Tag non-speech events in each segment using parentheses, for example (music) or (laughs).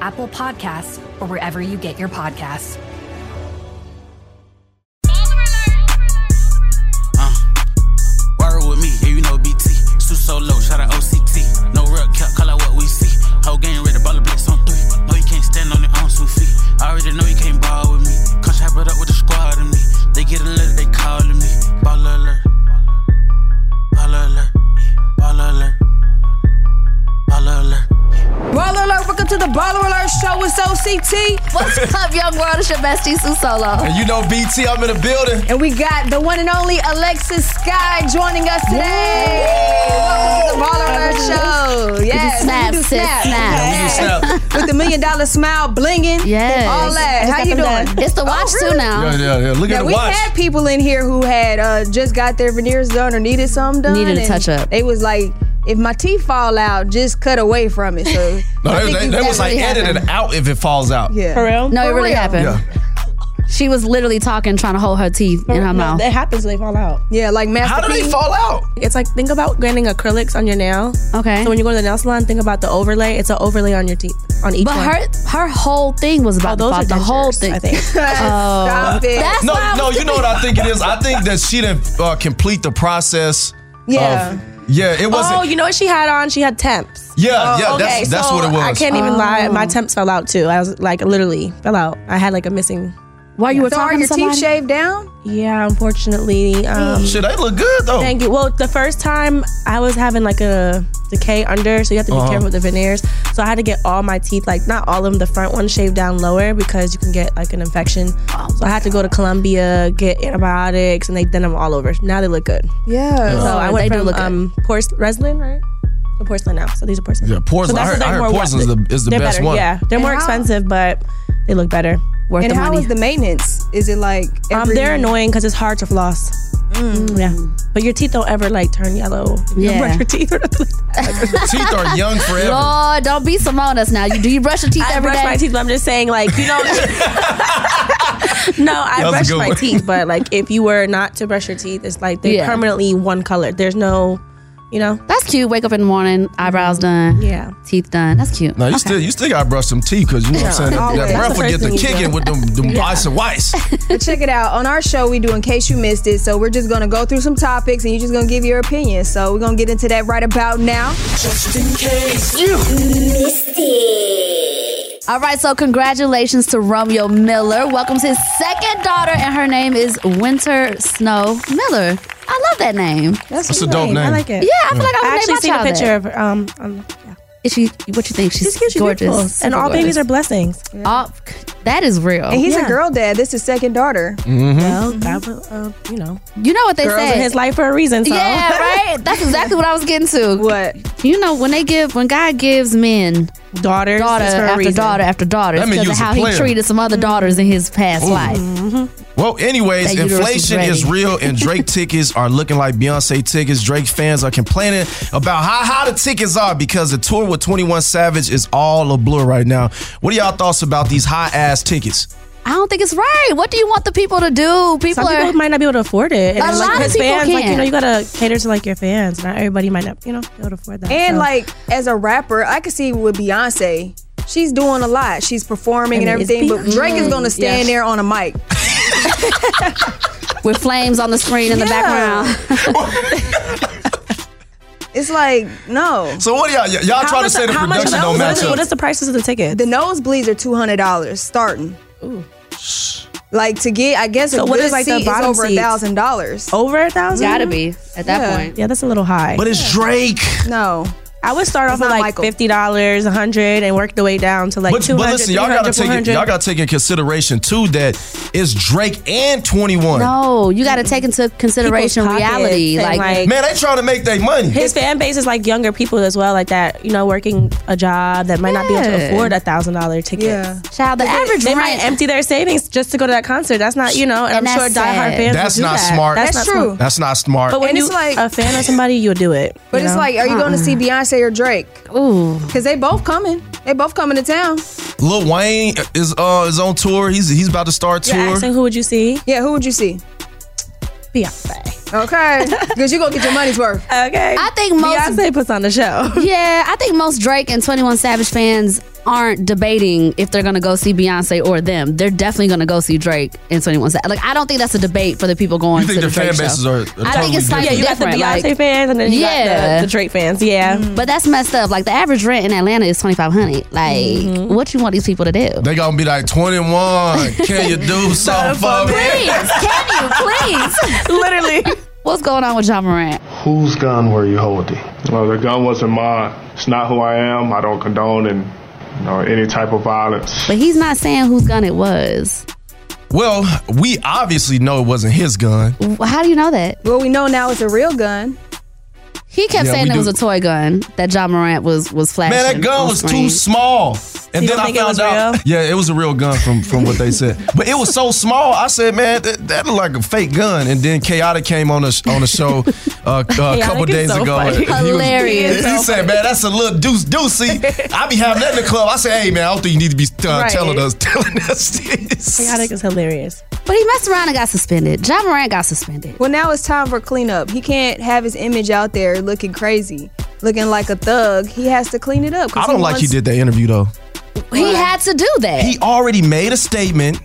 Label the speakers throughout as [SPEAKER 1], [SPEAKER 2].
[SPEAKER 1] Apple Podcasts, or wherever you get your podcasts.
[SPEAKER 2] Uh, word with me, yeah, you know BT. Sue so low, shout out OCT. No real cap, call out what we see. Whole game ready, ball a blitz on three. No, you can't stand on your own two feet. I already know you can't ball with me. Come chop it up with the squad and me. They get a letter, they calling me. Ball alert. Ball alert. Ball alert. Ball alert.
[SPEAKER 3] Baller Alert, welcome to the Baller Alert Show with OCT.
[SPEAKER 4] What's up, Young World? It's your bestie, Sue Solo.
[SPEAKER 5] And you know, BT, I'm in the building.
[SPEAKER 3] And we got the one and only Alexis Sky joining us today. Welcome to the Baller Alert Show. Yes,
[SPEAKER 4] snap,
[SPEAKER 3] we do
[SPEAKER 4] sis, snap.
[SPEAKER 5] Snap.
[SPEAKER 3] (laughs) With the million dollar smile blinging.
[SPEAKER 4] Yes.
[SPEAKER 3] All that.
[SPEAKER 4] Just
[SPEAKER 3] How
[SPEAKER 4] got
[SPEAKER 3] you
[SPEAKER 4] them
[SPEAKER 3] doing?
[SPEAKER 4] done. It's the
[SPEAKER 3] Oh,
[SPEAKER 4] watch
[SPEAKER 3] really?
[SPEAKER 4] too now.
[SPEAKER 5] Yeah, yeah, yeah. Look at
[SPEAKER 3] Now,
[SPEAKER 5] the
[SPEAKER 3] we
[SPEAKER 5] watch.
[SPEAKER 3] had people in here who had uh, just got their veneers done or needed something done.
[SPEAKER 4] Needed a
[SPEAKER 3] and
[SPEAKER 4] touch-up.
[SPEAKER 3] They was like, if my teeth fall out, just cut away from it. So I
[SPEAKER 4] (laughs)
[SPEAKER 5] No, they,
[SPEAKER 3] think
[SPEAKER 5] they,
[SPEAKER 3] you
[SPEAKER 5] they
[SPEAKER 3] got
[SPEAKER 5] was like
[SPEAKER 3] really
[SPEAKER 4] happened.
[SPEAKER 5] edited out if it falls out.
[SPEAKER 3] Yeah.
[SPEAKER 6] For real?
[SPEAKER 4] No, it really
[SPEAKER 3] real.
[SPEAKER 4] happened.
[SPEAKER 5] Yeah.
[SPEAKER 4] She was literally talking, trying to hold her teeth in her
[SPEAKER 6] No,
[SPEAKER 4] mouth.
[SPEAKER 6] That happens when they fall out.
[SPEAKER 3] Yeah, like Master
[SPEAKER 5] How do they
[SPEAKER 3] P.
[SPEAKER 5] fall out?
[SPEAKER 6] It's like think about getting acrylics on your nail.
[SPEAKER 4] Okay.
[SPEAKER 6] So when you go to the nail salon, think about the overlay. It's an overlay on your teeth, on each
[SPEAKER 4] But
[SPEAKER 6] one.
[SPEAKER 4] her her whole thing was
[SPEAKER 6] oh,
[SPEAKER 4] about the,
[SPEAKER 6] those are
[SPEAKER 4] thought, the whole
[SPEAKER 6] dentures,
[SPEAKER 4] thing. Oh. (laughs)
[SPEAKER 6] I think. (laughs) Oh.
[SPEAKER 3] Stop it.
[SPEAKER 4] That's
[SPEAKER 5] No,
[SPEAKER 4] what I
[SPEAKER 5] no,
[SPEAKER 4] was
[SPEAKER 5] you know what I think it is? I think that she didn't uh, complete the process
[SPEAKER 3] Yeah.
[SPEAKER 5] of. Yeah, it wasn't.
[SPEAKER 6] oh, you know what she had on? She had temps. Oh,
[SPEAKER 5] yeah, yeah, that's, that's
[SPEAKER 6] so
[SPEAKER 5] what it was.
[SPEAKER 6] I can't
[SPEAKER 4] Oh.
[SPEAKER 6] even lie. My temps fell out too. I was like literally fell out. I had like a missing.
[SPEAKER 4] While you were
[SPEAKER 3] So are
[SPEAKER 4] talking
[SPEAKER 3] your
[SPEAKER 4] to somebody.
[SPEAKER 3] teeth shaved down?
[SPEAKER 6] Yeah, unfortunately. Um,
[SPEAKER 5] Shit, they look good though.
[SPEAKER 6] Thank you. Well, the first time I was having like a decay under, so you have
[SPEAKER 5] Uh-huh.
[SPEAKER 6] to be careful with the veneers. So I had to get all my teeth, like not all of them, the front one shaved down lower because you can get like an infection. so I had to go to Columbia, get antibiotics, and they done them all over. Now they look good.
[SPEAKER 3] Yeah.
[SPEAKER 6] So I
[SPEAKER 4] Oh,
[SPEAKER 6] went
[SPEAKER 4] they do
[SPEAKER 6] from
[SPEAKER 4] look good.
[SPEAKER 6] um, porcelain, resin, right? To porcelain now. So these are porcelain.
[SPEAKER 5] Yeah, porcelain. I
[SPEAKER 6] that's
[SPEAKER 5] heard-
[SPEAKER 6] like
[SPEAKER 5] I heard
[SPEAKER 6] more wa-
[SPEAKER 5] porcelain's the- is the
[SPEAKER 6] they're
[SPEAKER 5] best
[SPEAKER 6] better,
[SPEAKER 5] one.
[SPEAKER 6] Yeah,
[SPEAKER 5] (laughs)
[SPEAKER 6] they're more
[SPEAKER 3] And how-
[SPEAKER 6] expensive, but they look better.
[SPEAKER 4] worth
[SPEAKER 3] And
[SPEAKER 4] the
[SPEAKER 3] how
[SPEAKER 4] money.
[SPEAKER 3] is the maintenance? Is it like
[SPEAKER 6] Um,
[SPEAKER 3] every- Mm.
[SPEAKER 6] they're annoying because it's hard to floss. Mm, Yeah, but your teeth don't ever like turn yellow. if you
[SPEAKER 4] Mm. Yeah.
[SPEAKER 6] brush your teeth or nothing like that.
[SPEAKER 5] Teeth are young forever.
[SPEAKER 4] Lord, don't be some on us now. You do you brush your teeth
[SPEAKER 6] I
[SPEAKER 4] every
[SPEAKER 6] brush
[SPEAKER 4] day?
[SPEAKER 6] my teeth, but I'm just saying, like, you
[SPEAKER 4] (laughs)
[SPEAKER 6] know. no, I
[SPEAKER 5] That was a
[SPEAKER 6] brush
[SPEAKER 5] good
[SPEAKER 6] my
[SPEAKER 5] one.
[SPEAKER 6] teeth, but like, if you were not to brush your teeth, it's like they're
[SPEAKER 4] Yeah.
[SPEAKER 6] permanently one color. There's no, you know.
[SPEAKER 4] That's cute. Wake up in the morning, eyebrows done,
[SPEAKER 6] Yeah.
[SPEAKER 4] teeth done. That's cute.
[SPEAKER 5] No, you still you still gotta brush some teeth because you know what I'm saying. That,
[SPEAKER 3] always.
[SPEAKER 5] that breath will get
[SPEAKER 6] First
[SPEAKER 5] the
[SPEAKER 6] thing you
[SPEAKER 5] kicking
[SPEAKER 6] do.
[SPEAKER 5] with them them ice and whites.
[SPEAKER 3] (laughs) But check it out. On our show, we do in case you missed it. So we're just gonna go through some topics, and you're just gonna give your opinion. So we're gonna get into that right about now.
[SPEAKER 4] All right, so congratulations to Romeo Miller. Welcomes his second daughter, and her name is Winter Snow Miller. I love that name.
[SPEAKER 5] That's a dope name.
[SPEAKER 6] I like it.
[SPEAKER 4] Yeah, I feel like I would
[SPEAKER 6] I
[SPEAKER 4] name
[SPEAKER 6] actually
[SPEAKER 4] my
[SPEAKER 6] seen a
[SPEAKER 4] child that.
[SPEAKER 6] picture of her. Um, um,
[SPEAKER 4] Is she? What you think? She's,
[SPEAKER 6] she's cute, she's
[SPEAKER 4] gorgeous,
[SPEAKER 6] beautiful. and
[SPEAKER 4] super
[SPEAKER 6] all
[SPEAKER 4] gorgeous.
[SPEAKER 6] babies are blessings.
[SPEAKER 4] All- Oh, that is real. Mm-hmm.
[SPEAKER 3] And he's a
[SPEAKER 6] Yeah.
[SPEAKER 3] girl dad. This is second daughter.
[SPEAKER 5] Mm-hmm.
[SPEAKER 6] Well, God, will, uh, you know,
[SPEAKER 4] you know what they
[SPEAKER 6] girls
[SPEAKER 4] say?
[SPEAKER 6] in his life for a reason. So. (laughs)
[SPEAKER 4] Yeah, right. That's exactly what I was getting to.
[SPEAKER 3] What?
[SPEAKER 4] You know when they give when God gives men
[SPEAKER 6] Daughters,
[SPEAKER 4] daughter
[SPEAKER 6] is for a
[SPEAKER 4] after
[SPEAKER 6] reason.
[SPEAKER 4] daughter after daughter
[SPEAKER 5] That
[SPEAKER 4] it's
[SPEAKER 5] mean
[SPEAKER 4] because
[SPEAKER 5] you
[SPEAKER 4] of
[SPEAKER 5] was a
[SPEAKER 4] how he
[SPEAKER 5] player.
[SPEAKER 4] treated some other daughters in his past
[SPEAKER 5] Ooh.
[SPEAKER 4] life.
[SPEAKER 5] Well, anyways,
[SPEAKER 4] That uterus is
[SPEAKER 5] inflation
[SPEAKER 4] ready.
[SPEAKER 5] is real,
[SPEAKER 4] (laughs)
[SPEAKER 5] and Drake tickets are looking like Beyonce tickets. Drake fans are complaining about how high the tickets are because the tour with 21 Savage is all a blur right now. What are y'all thoughts about these high ass tickets?
[SPEAKER 4] I don't think it's right. What do you want the people to do? People
[SPEAKER 6] Some people
[SPEAKER 4] are
[SPEAKER 6] might not be able to afford it. And
[SPEAKER 4] A lot of
[SPEAKER 6] his
[SPEAKER 4] people
[SPEAKER 6] fans, like you
[SPEAKER 4] can't.
[SPEAKER 6] know, you gotta cater to like your fans. Not everybody might not, you know, be able to afford that.
[SPEAKER 3] And
[SPEAKER 6] so.
[SPEAKER 3] like as a rapper, I could see with Beyonce, she's doing a lot. She's performing and
[SPEAKER 6] I mean, it's
[SPEAKER 3] everything, but
[SPEAKER 6] Beyonce.
[SPEAKER 3] Drake is
[SPEAKER 4] Mm,
[SPEAKER 3] gonna stand
[SPEAKER 6] Yeah.
[SPEAKER 3] there on a mic.
[SPEAKER 4] (laughs) with flames on the screen in the
[SPEAKER 3] Yeah.
[SPEAKER 4] background.
[SPEAKER 3] (laughs) It's like no.
[SPEAKER 5] So what y'all y'all
[SPEAKER 6] How
[SPEAKER 5] trying to
[SPEAKER 6] much-
[SPEAKER 5] say the
[SPEAKER 6] how much
[SPEAKER 5] production
[SPEAKER 6] of
[SPEAKER 5] don't
[SPEAKER 6] those-
[SPEAKER 5] match
[SPEAKER 6] What
[SPEAKER 5] up?
[SPEAKER 6] is the prices of the ticket?
[SPEAKER 3] The nosebleeds are two hundred dollars starting. Like to get, I guess
[SPEAKER 6] So
[SPEAKER 3] a
[SPEAKER 6] what
[SPEAKER 3] good
[SPEAKER 6] is, like, the
[SPEAKER 3] seat is
[SPEAKER 6] bottom
[SPEAKER 3] over a
[SPEAKER 6] seats?
[SPEAKER 3] thousand dollars.
[SPEAKER 6] Over a thousand?
[SPEAKER 4] Gotta be at that
[SPEAKER 3] Yeah.
[SPEAKER 4] point.
[SPEAKER 6] Yeah, that's a little high.
[SPEAKER 5] But it's Drake.
[SPEAKER 3] No,
[SPEAKER 6] I would start off with
[SPEAKER 3] not
[SPEAKER 6] like
[SPEAKER 3] Michael.
[SPEAKER 6] fifty dollars, a hundred, and work the way down to like
[SPEAKER 5] But,
[SPEAKER 6] two
[SPEAKER 5] but
[SPEAKER 6] hundred,
[SPEAKER 5] listen,
[SPEAKER 6] three
[SPEAKER 5] y'all gotta
[SPEAKER 6] hundred, four
[SPEAKER 5] take it,
[SPEAKER 6] hundred.
[SPEAKER 5] y'all gotta take in consideration too that it's Drake and Twenty One.
[SPEAKER 4] No, you got to take into consideration
[SPEAKER 6] Mm-hmm. People's pockets
[SPEAKER 4] reality.
[SPEAKER 6] and,
[SPEAKER 4] Like,
[SPEAKER 6] like-
[SPEAKER 5] Man, they trying to make their money.
[SPEAKER 6] His fan base is like younger people as well, like that, you know, working a job that might not be able
[SPEAKER 4] Yeah.
[SPEAKER 6] to afford a thousand dollar ticket.
[SPEAKER 3] Yeah.
[SPEAKER 4] child, the average
[SPEAKER 6] They
[SPEAKER 4] rent.
[SPEAKER 6] might empty their savings just to go to that concert. That's not, you know, and,
[SPEAKER 4] And
[SPEAKER 6] I'm sure
[SPEAKER 4] that's sad.
[SPEAKER 6] diehard fans.
[SPEAKER 5] That's
[SPEAKER 6] would do
[SPEAKER 5] not
[SPEAKER 6] that.
[SPEAKER 5] smart.
[SPEAKER 3] That's
[SPEAKER 6] not smart.
[SPEAKER 3] true.
[SPEAKER 5] That's not smart.
[SPEAKER 6] But when
[SPEAKER 3] And
[SPEAKER 6] you
[SPEAKER 3] it's like-
[SPEAKER 6] a fan of somebody, you'll
[SPEAKER 5] (laughs)
[SPEAKER 6] do it.
[SPEAKER 3] but
[SPEAKER 6] you
[SPEAKER 3] it's
[SPEAKER 6] know?
[SPEAKER 3] like, are you going to see Beyonce or Drake?
[SPEAKER 4] Ooh,
[SPEAKER 3] Because they both coming. They both coming to town.
[SPEAKER 5] Lil Wayne is uh is on tour. He's he's about to start
[SPEAKER 6] You're
[SPEAKER 5] tour.
[SPEAKER 6] asking who would you see?
[SPEAKER 3] Yeah, who would you see?
[SPEAKER 6] Beyonce. (laughs)
[SPEAKER 3] Okay, because you gonna get your money's worth.
[SPEAKER 6] Okay.
[SPEAKER 4] I think most.
[SPEAKER 6] Beyonce puts on the show. (laughs)
[SPEAKER 4] Yeah, I think most Drake and Twenty One Savage fans aren't debating if they're gonna go see Beyonce or them. They're definitely gonna go see Drake and Twenty One Savage. Like, I don't think that's a debate for the people going.
[SPEAKER 5] You think
[SPEAKER 4] to the,
[SPEAKER 5] the fan
[SPEAKER 4] Drake show.
[SPEAKER 5] bases are- are
[SPEAKER 4] I think
[SPEAKER 5] totally
[SPEAKER 4] it's
[SPEAKER 5] different.
[SPEAKER 4] slightly
[SPEAKER 6] Yeah, you got the
[SPEAKER 4] different.
[SPEAKER 6] Beyonce
[SPEAKER 4] like,
[SPEAKER 6] fans and then you got
[SPEAKER 4] Yeah.
[SPEAKER 6] the, the Drake fans. Yeah.
[SPEAKER 4] but that's messed up. Like the average rent in Atlanta is twenty five hundred. Like,
[SPEAKER 6] Mm-hmm.
[SPEAKER 4] what you want these people to do?
[SPEAKER 5] They gonna be like Twenty One. Can you
[SPEAKER 4] (laughs)
[SPEAKER 5] do something for me?
[SPEAKER 4] Please, can you
[SPEAKER 3] (laughs)
[SPEAKER 4] please?
[SPEAKER 6] Literally.
[SPEAKER 4] What's going on with John Morant?
[SPEAKER 7] Whose gun were you holding?
[SPEAKER 8] Well, the gun wasn't mine. It's not who I am. I don't condone and you know, any type of violence.
[SPEAKER 4] But he's not saying whose gun it was.
[SPEAKER 5] Well, we obviously know it wasn't his gun.
[SPEAKER 4] Wh- How do you know that?
[SPEAKER 3] Well, we know now it's a real gun.
[SPEAKER 4] He kept
[SPEAKER 5] Yeah,
[SPEAKER 4] saying
[SPEAKER 5] we
[SPEAKER 4] it was
[SPEAKER 5] do.
[SPEAKER 4] a toy gun that John Morant was was flashing.
[SPEAKER 5] Man, that gun
[SPEAKER 4] on
[SPEAKER 5] was
[SPEAKER 4] screen.
[SPEAKER 5] too small. And
[SPEAKER 6] you
[SPEAKER 5] then
[SPEAKER 6] don't
[SPEAKER 5] I
[SPEAKER 6] think it
[SPEAKER 5] found
[SPEAKER 6] was
[SPEAKER 5] out.
[SPEAKER 6] real?
[SPEAKER 5] Yeah, it was a real gun from from what they
[SPEAKER 6] (laughs)
[SPEAKER 5] said. But it was so small. I said, man, that, that looked like a fake gun. And then Chaotic came on a on a show
[SPEAKER 6] (laughs)
[SPEAKER 5] uh, a couple
[SPEAKER 6] is
[SPEAKER 5] days
[SPEAKER 6] so
[SPEAKER 5] ago.
[SPEAKER 6] funny.
[SPEAKER 5] and he was-
[SPEAKER 4] Hilarious.
[SPEAKER 5] He, said, man, that's a little deuce deucey.
[SPEAKER 6] (laughs)
[SPEAKER 5] I be having that in the club. I said, hey, man, I don't think you need to be uh,
[SPEAKER 6] Right.
[SPEAKER 5] telling us (laughs) telling us this.
[SPEAKER 6] Chaotic is hilarious.
[SPEAKER 4] But he messed around and got suspended. John Morant got suspended.
[SPEAKER 3] Well, now it's time for cleanup. He can't have his image out there looking crazy, looking like a thug. He has to clean it up. 'cause
[SPEAKER 5] I don't like he
[SPEAKER 3] wants-
[SPEAKER 5] did that interview though.
[SPEAKER 4] He had to do that.
[SPEAKER 5] he already made a statement.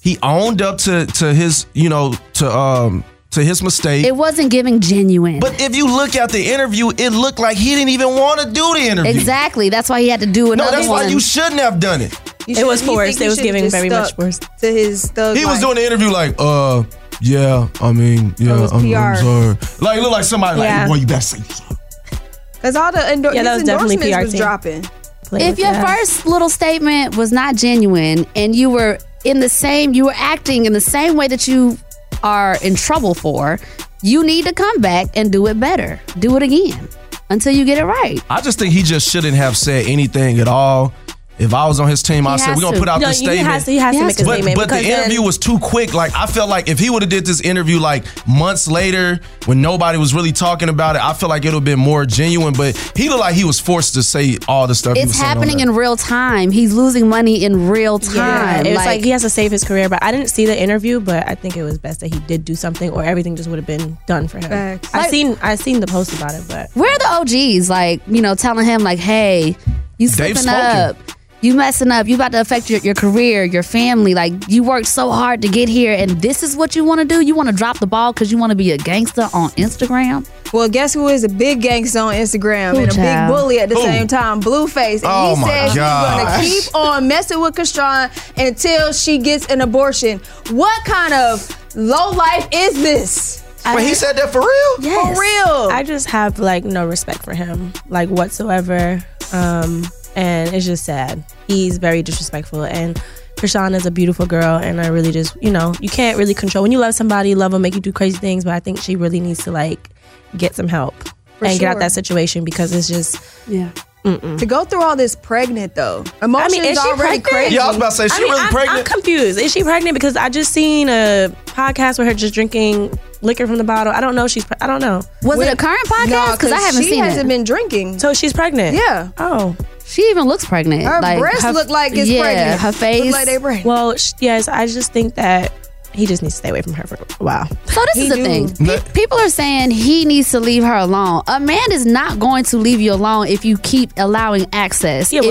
[SPEAKER 5] He owned up to to his, you know, to um to his mistake.
[SPEAKER 4] it wasn't giving genuine.
[SPEAKER 5] but if you look at the interview, it looked like he didn't even want to do the interview.
[SPEAKER 4] exactly. That's why he had to do
[SPEAKER 5] No,
[SPEAKER 4] another
[SPEAKER 5] that's
[SPEAKER 4] one.
[SPEAKER 5] why you shouldn't have done it.
[SPEAKER 3] You
[SPEAKER 6] It
[SPEAKER 3] shouldn't-
[SPEAKER 6] was
[SPEAKER 3] he think
[SPEAKER 6] forced.
[SPEAKER 3] he
[SPEAKER 6] It was
[SPEAKER 3] should've
[SPEAKER 6] giving
[SPEAKER 3] just
[SPEAKER 6] very much
[SPEAKER 3] stuck
[SPEAKER 6] forced.
[SPEAKER 3] to his thug.
[SPEAKER 5] He was
[SPEAKER 3] life.
[SPEAKER 5] doing the interview like, uh, yeah, I mean, yeah,
[SPEAKER 3] was
[SPEAKER 5] I'm, I'm
[SPEAKER 3] PR.
[SPEAKER 5] sorry. Like, it looked like somebody
[SPEAKER 6] Yeah.
[SPEAKER 5] like, boy, you better say something.
[SPEAKER 3] Cause all the endor-
[SPEAKER 6] Yeah, that
[SPEAKER 3] his
[SPEAKER 6] was definitely
[SPEAKER 3] endorsements
[SPEAKER 6] PR
[SPEAKER 3] was
[SPEAKER 6] team.
[SPEAKER 3] dropping.
[SPEAKER 6] Play
[SPEAKER 4] if
[SPEAKER 6] with
[SPEAKER 4] your
[SPEAKER 6] that.
[SPEAKER 4] first little statement was not genuine and you were in the same you were acting in the same way that you are in trouble for you need to come back and do it better do it again until you get it right
[SPEAKER 5] I just think he just shouldn't have said anything at all. If I was on his team, I
[SPEAKER 4] He
[SPEAKER 5] said,
[SPEAKER 4] has
[SPEAKER 5] we're going
[SPEAKER 4] to.
[SPEAKER 5] to put out
[SPEAKER 6] No,
[SPEAKER 5] this
[SPEAKER 6] he
[SPEAKER 5] statement.
[SPEAKER 6] has to, he has
[SPEAKER 4] He
[SPEAKER 6] to
[SPEAKER 4] has
[SPEAKER 6] make
[SPEAKER 4] to.
[SPEAKER 6] a
[SPEAKER 4] But-
[SPEAKER 6] statement.
[SPEAKER 5] but the
[SPEAKER 6] because then-
[SPEAKER 5] interview was too quick. Like I felt like if he would have did this interview like months later when nobody was really talking about it, I feel like it would have been more genuine. But he looked like he was forced to say all the stuff. he
[SPEAKER 4] it's
[SPEAKER 5] was saying on
[SPEAKER 4] happening
[SPEAKER 5] there.
[SPEAKER 4] in real time he's losing money in real
[SPEAKER 6] Yeah,
[SPEAKER 4] time
[SPEAKER 6] it was like, he has to save his career, but I didn't see the interview. But I think it was best that he did do something, or everything just would have been done for him.
[SPEAKER 3] Facts.
[SPEAKER 6] I seen I seen the post about it, but
[SPEAKER 4] where are the OGs? Like, you know, telling him like, hey, you
[SPEAKER 5] They've
[SPEAKER 4] slipping
[SPEAKER 5] spoken.
[SPEAKER 4] up. You messing up. You about to affect your, your career, your family. Like you worked so hard to get here and this is what you want to do. You want to drop the ball because you want to be a gangster on Instagram.
[SPEAKER 3] Well, guess who is a big gangster on Instagram
[SPEAKER 4] Who,
[SPEAKER 3] and a
[SPEAKER 4] child?
[SPEAKER 3] big bully at the
[SPEAKER 5] Who?
[SPEAKER 3] same time? Blueface. And
[SPEAKER 5] Oh
[SPEAKER 3] he
[SPEAKER 5] my
[SPEAKER 3] said
[SPEAKER 5] gosh.
[SPEAKER 3] he's gonna keep on messing with Kashawn until she gets an abortion. What kind of low life is this?
[SPEAKER 5] But he said that for real.
[SPEAKER 3] For real.
[SPEAKER 6] I just have like no respect for him, like whatsoever. Um, and it's just sad. He's very disrespectful. And Krishan is a beautiful girl, and I really just, you know, you can't really control when you love somebody. Love will make you do crazy things, but I think she really needs to like get some help and get out
[SPEAKER 3] sure.
[SPEAKER 6] that situation because it's just.
[SPEAKER 4] Yeah.
[SPEAKER 3] to go through all this pregnant though. Emotions
[SPEAKER 6] is she
[SPEAKER 3] already
[SPEAKER 6] pregnant?
[SPEAKER 3] crazy.
[SPEAKER 5] Yeah, I was about to say she
[SPEAKER 6] I mean,
[SPEAKER 5] really
[SPEAKER 6] I'm, I'm
[SPEAKER 5] pregnant.
[SPEAKER 6] confused. Is she pregnant? Because I just seen a podcast with her just drinking liquor from the bottle. I don't know. if She's. Pre- I don't know.
[SPEAKER 4] Was it a current podcast? Because I haven't
[SPEAKER 3] she
[SPEAKER 4] seen
[SPEAKER 3] hasn't
[SPEAKER 4] it.
[SPEAKER 3] been drinking.
[SPEAKER 6] So she's pregnant.
[SPEAKER 3] Yeah.
[SPEAKER 6] Oh.
[SPEAKER 4] She even looks pregnant.
[SPEAKER 3] Her breasts look like it's
[SPEAKER 4] yeah,
[SPEAKER 3] pregnant.
[SPEAKER 4] Her
[SPEAKER 3] Look
[SPEAKER 4] face.
[SPEAKER 3] like they pregnant.
[SPEAKER 6] Well, sh- yes, I just think that he just needs to stay away from her for a while.
[SPEAKER 4] So this is the thing. Pe- people are saying he needs to leave her alone. A man is not going to leave you alone if you keep allowing access. if,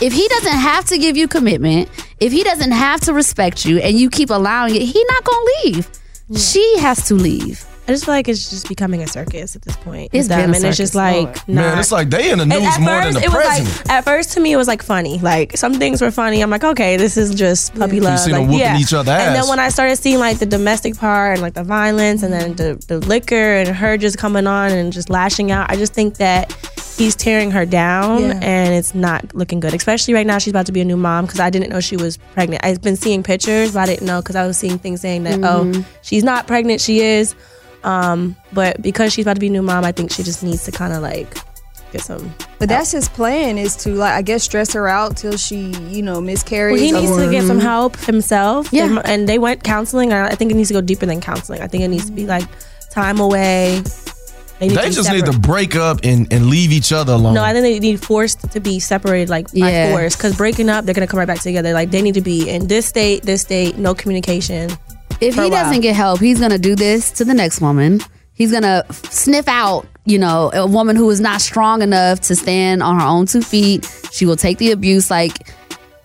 [SPEAKER 4] if he doesn't have to give you commitment, if he doesn't have to respect you, and you keep allowing it, he not gonna leave. She has to leave.
[SPEAKER 6] I just feel like it's just becoming a circus at this point.
[SPEAKER 4] It's
[SPEAKER 6] It's
[SPEAKER 4] been
[SPEAKER 6] them,
[SPEAKER 4] a
[SPEAKER 6] and it's just
[SPEAKER 4] circus,
[SPEAKER 6] like
[SPEAKER 4] Lord.
[SPEAKER 6] not.
[SPEAKER 5] Man, it's like they in the
[SPEAKER 6] And
[SPEAKER 5] news
[SPEAKER 6] at
[SPEAKER 5] more than
[SPEAKER 6] first,
[SPEAKER 5] the
[SPEAKER 6] it was
[SPEAKER 5] president.
[SPEAKER 6] like at first to me it was like funny. Like some things were funny. I'm like, okay, this is just puppy love.
[SPEAKER 5] seen
[SPEAKER 6] like,
[SPEAKER 5] them whooping
[SPEAKER 6] yeah.
[SPEAKER 5] each other ass.
[SPEAKER 6] And then when I started seeing like the domestic part and like the violence and then the, the liquor and her just coming on and just lashing out, I just think that he's tearing her down
[SPEAKER 3] Yeah.
[SPEAKER 6] and it's not looking good. Especially right now, she's about to be a new mom because I didn't know she was pregnant. I've been seeing pictures, but I didn't know because I was seeing things saying that
[SPEAKER 4] Mhm.
[SPEAKER 6] oh, she's not pregnant, she is. Um, but because she's about to be a new mom, I think she just needs to kind of like get some
[SPEAKER 3] But that's his plan is to like I guess stress her out till she you know miscarries.
[SPEAKER 6] Well, he needs to
[SPEAKER 3] or-
[SPEAKER 6] get some
[SPEAKER 5] Mm-hmm.
[SPEAKER 6] help himself.
[SPEAKER 4] Yeah.
[SPEAKER 6] Them- And they went counseling. and I think it needs to go deeper than counseling. I think it needs to be like time away.
[SPEAKER 5] They
[SPEAKER 6] They, be
[SPEAKER 5] just
[SPEAKER 6] separate.
[SPEAKER 5] need to break up and, and leave each other alone.
[SPEAKER 6] No, I think they need forced to be separated, like
[SPEAKER 4] Yeah.
[SPEAKER 6] by force. Because breaking up, they're gonna come right back together. Like they need to be in this state, this state, no communication.
[SPEAKER 4] If
[SPEAKER 6] For a
[SPEAKER 4] he
[SPEAKER 6] while.
[SPEAKER 4] doesn't get help, he's gonna do this to the next woman. He's gonna f- sniff out, you know, a woman who is not strong enough to stand on her own two feet. She will take the abuse. Like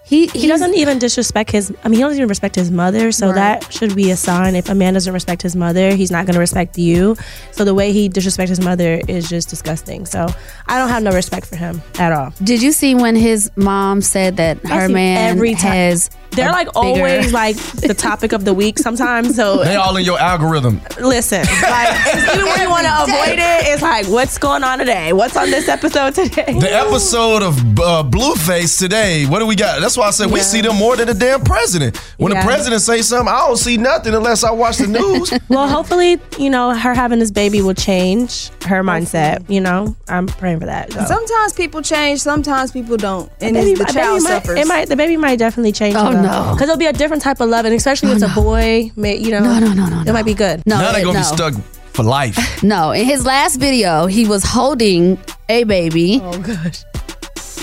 [SPEAKER 4] he,
[SPEAKER 6] He doesn't even disrespect his. I mean, he doesn't even respect his mother. So that should be a sign. If a man doesn't respect his mother, he's not gonna respect you. So the way he disrespects his mother is just disgusting. So I don't have no respect for him at all.
[SPEAKER 4] Did you see when his mom said that
[SPEAKER 6] I
[SPEAKER 4] her
[SPEAKER 6] see
[SPEAKER 4] man
[SPEAKER 6] every time.
[SPEAKER 4] has?
[SPEAKER 6] They're
[SPEAKER 4] a
[SPEAKER 6] like
[SPEAKER 4] bigger-
[SPEAKER 6] always
[SPEAKER 4] (laughs)
[SPEAKER 6] like the topic of the week sometimes. So
[SPEAKER 5] they all in your algorithm.
[SPEAKER 6] listen, like it's even when you want to avoid it, it's like what's going on today? What's on this episode today?
[SPEAKER 5] The episode of uh, Blueface today. What do we got? That's why I said we see them more than the damn president. When
[SPEAKER 6] Yeah.
[SPEAKER 5] the president say something, I don't see nothing unless I watch the
[SPEAKER 6] (laughs)
[SPEAKER 5] news.
[SPEAKER 6] Well, hopefully, you know, her having this baby will change her mindset. You know, I'm praying for that. though.
[SPEAKER 3] Sometimes people change, sometimes people don't, and
[SPEAKER 6] Baby-
[SPEAKER 3] it's the
[SPEAKER 6] baby
[SPEAKER 3] child
[SPEAKER 6] might-
[SPEAKER 3] suffers.
[SPEAKER 6] It might, the baby might definitely change.
[SPEAKER 4] Oh, no.
[SPEAKER 6] because it'll be a different type of love, and especially if it's a boy, may, you know,
[SPEAKER 4] No, no, no, no,
[SPEAKER 6] it
[SPEAKER 4] no.
[SPEAKER 6] might be good.
[SPEAKER 4] No,
[SPEAKER 5] Now they
[SPEAKER 4] it-
[SPEAKER 5] gonna
[SPEAKER 4] no,
[SPEAKER 5] be stuck for
[SPEAKER 6] (laughs)
[SPEAKER 5] life.
[SPEAKER 4] No, in his last video, he was holding a baby,
[SPEAKER 6] Oh gosh,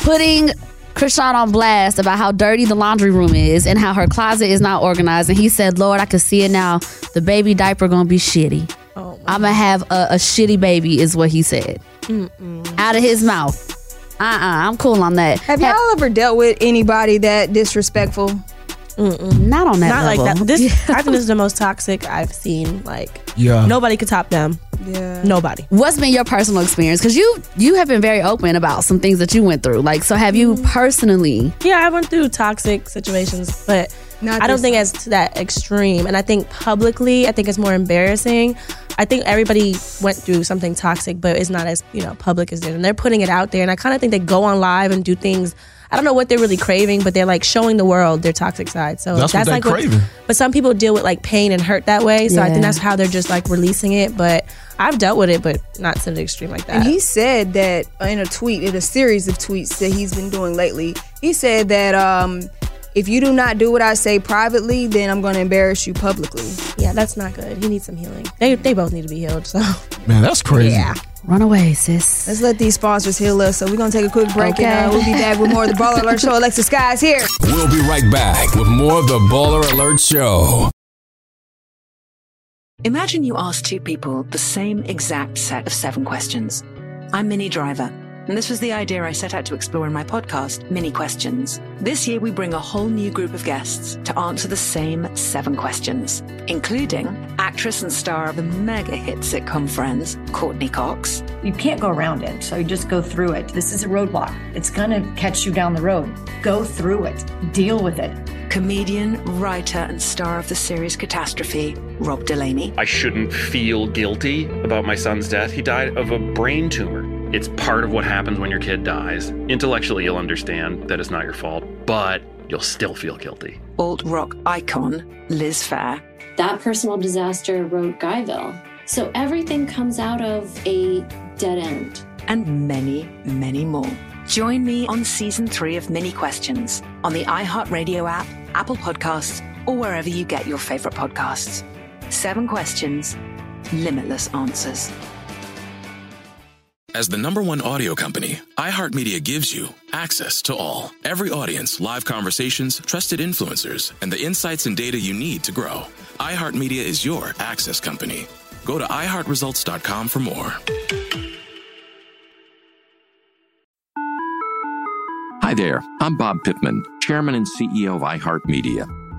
[SPEAKER 4] putting Krishan on blast about how dirty the laundry room is and how her closet is not organized. And he said, "Lord, I can see it now. The baby diaper gonna be shitty.
[SPEAKER 6] Oh, my
[SPEAKER 4] I'm gonna have a, a shitty baby," is what he said
[SPEAKER 6] Oh.
[SPEAKER 4] out of his mouth. Uh, uh-uh, uh, i am cool on that.
[SPEAKER 3] Have y'all ever dealt with anybody that disrespectful?
[SPEAKER 4] not on that
[SPEAKER 6] not
[SPEAKER 4] level.
[SPEAKER 6] like
[SPEAKER 3] (laughs)
[SPEAKER 6] that. This, I think, this is the most toxic I've seen. Like,
[SPEAKER 5] Yeah.
[SPEAKER 6] nobody could top them.
[SPEAKER 3] Yeah.
[SPEAKER 6] Nobody.
[SPEAKER 4] what's been your personal experience because you you have been very open about some things that you went through like so have
[SPEAKER 3] Mm-hmm.
[SPEAKER 4] you personally
[SPEAKER 6] Yeah, I went through toxic situations, but
[SPEAKER 3] Not
[SPEAKER 6] I don't
[SPEAKER 3] this
[SPEAKER 6] think as to that extreme. And I think publicly, I think it's more embarrassing. I think everybody went through something toxic, but it's not as you know public as this. And they're putting it out there, and I kind of think they go on live and do things. I don't know what they're really craving, but they're like showing the world their toxic side. So
[SPEAKER 5] That's
[SPEAKER 6] that's,
[SPEAKER 5] what they
[SPEAKER 6] like
[SPEAKER 5] craving.
[SPEAKER 6] but some people deal with like pain and hurt that way. So I
[SPEAKER 4] Yeah.
[SPEAKER 6] think that's how they're just like releasing it. But I've dealt with it, but not to the extreme like that.
[SPEAKER 3] And he said that in a tweet, in a series of tweets that he's been doing lately, he said that um, if you do not do what I say privately, then I'm going to embarrass you publicly.
[SPEAKER 6] yeah, that's not good. He needs some healing. They they both need to be healed. So.
[SPEAKER 5] Man, that's crazy.
[SPEAKER 4] run away sis
[SPEAKER 3] Let's let these sponsors heal us. So we're going to take a quick break and uh,
[SPEAKER 4] Okay.
[SPEAKER 3] we'll be back with more of the Baller
[SPEAKER 6] (laughs)
[SPEAKER 3] Alert Show. Alexa Sky's here.
[SPEAKER 9] We'll be right back with more of the Baller Alert Show.
[SPEAKER 10] Imagine you ask two people the same exact set of seven questions. I'm Mini Driver, and this was the idea I set out to explore in my podcast, Mini Questions. This year, we bring a whole new group of guests to answer the same seven questions, including actress and star of the mega hit sitcom Friends, Courtney Cox,
[SPEAKER 11] You can't go around it, so you just go through it. This is a roadblock. It's going to catch you down the road. Go through it, deal with it.
[SPEAKER 10] comedian, writer, and star of the series Catastrophe, Rob Delaney,
[SPEAKER 12] I shouldn't feel guilty about my son's death. He died of a brain tumor. It's part of what happens when your kid dies. Intellectually, you'll understand that it's not your fault, but you'll still feel guilty.
[SPEAKER 10] alt rock icon, Liz Fair,
[SPEAKER 13] That personal disaster wrote Guyville. So everything comes out of a dead end.
[SPEAKER 10] and many, many more. Join me on season three of Mini Questions on the iHeartRadio app, Apple Podcasts, or wherever you get your favorite podcasts. Seven questions, limitless answers.
[SPEAKER 14] As the number one audio company, iHeartMedia gives you access to all. Every audience, live conversations, trusted influencers, and the insights and data you need to grow. iHeartMedia is your access company. Go to iHeartResults.com for more.
[SPEAKER 15] Hi there, I'm Bob Pittman, Chairman and CEO of iHeartMedia.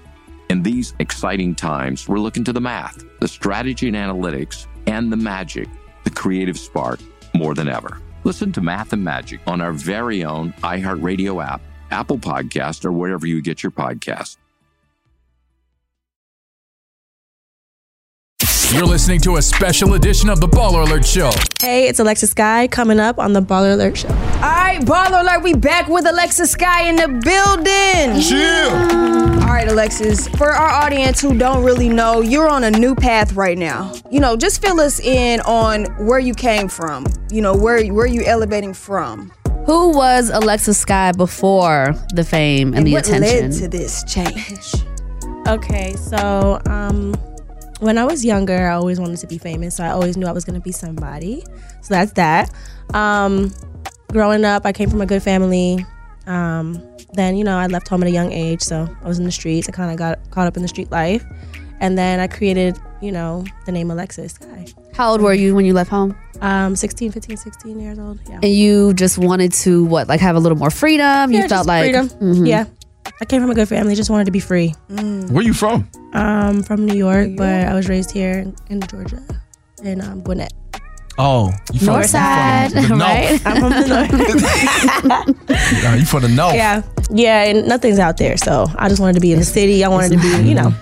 [SPEAKER 15] In these exciting times, we're looking to the math, the strategy and analytics, and the magic, the creative spark, more than ever. Listen to Math and Magic on our very own iHeartRadio app, Apple Podcast, or wherever you get your podcast.
[SPEAKER 9] You're listening to a special edition of the Baller Alert Show.
[SPEAKER 6] Hey, it's Alexis Guy coming up on the Baller Alert Show.
[SPEAKER 3] All right, Baller Alert, we back with Alexis Sky in the building. Chill. All right, Alexis, for our audience who don't really know, you're on a new path right now. You know, just fill us in on where you came from. You know, where where you elevating from. (laughs)
[SPEAKER 4] Who was Alexa Sky before the fame and, the
[SPEAKER 3] what
[SPEAKER 4] attention?
[SPEAKER 3] led to this change?
[SPEAKER 6] Okay, so um, when I was younger, I always wanted to be famous. So I always knew I was going to be somebody. So that's that. Um, growing up, I came from a good family. Um, then, you know, I left home at a young age. So I was in the streets. I kind of got caught up in the street life. And then I created, you know, the name Alexis Guy.
[SPEAKER 4] How old were you when you left home?
[SPEAKER 6] Um, 16, 15, 16 years old. Yeah.
[SPEAKER 4] And you just wanted to what, like have a little more freedom? you
[SPEAKER 6] Yeah,
[SPEAKER 4] felt
[SPEAKER 6] just
[SPEAKER 4] like
[SPEAKER 6] freedom.
[SPEAKER 4] Mhm.
[SPEAKER 6] Yeah. I came from a good family. Just wanted to be free.
[SPEAKER 4] Mm.
[SPEAKER 5] Where you from?
[SPEAKER 6] Um, from New York, but I was raised here in, in Georgia, in um, Gwinnett. (laughs)
[SPEAKER 5] Oh, you from, you from the north.
[SPEAKER 6] I'm from the north.
[SPEAKER 5] (laughs) Nah, you from the north.
[SPEAKER 6] yeah, yeah, and nothing's out there, so I just wanted to be in the city. I wanted to be, you know,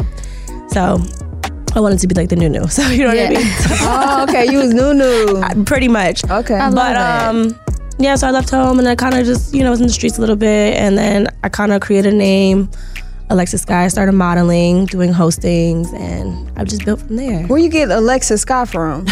[SPEAKER 6] so I wanted to be like the new (laughs) new. So you know what I mean?
[SPEAKER 3] oh, okay, you was new new.
[SPEAKER 6] Pretty much.
[SPEAKER 3] Okay.
[SPEAKER 6] but um, yeah, so I left home and I kind of just you know was in the streets a little bit, and then I kind of created a name. Alexis Sky started modeling, doing hostings, and I've just built from there.
[SPEAKER 3] Where you get Alexis Sky
[SPEAKER 6] (laughs)
[SPEAKER 3] from?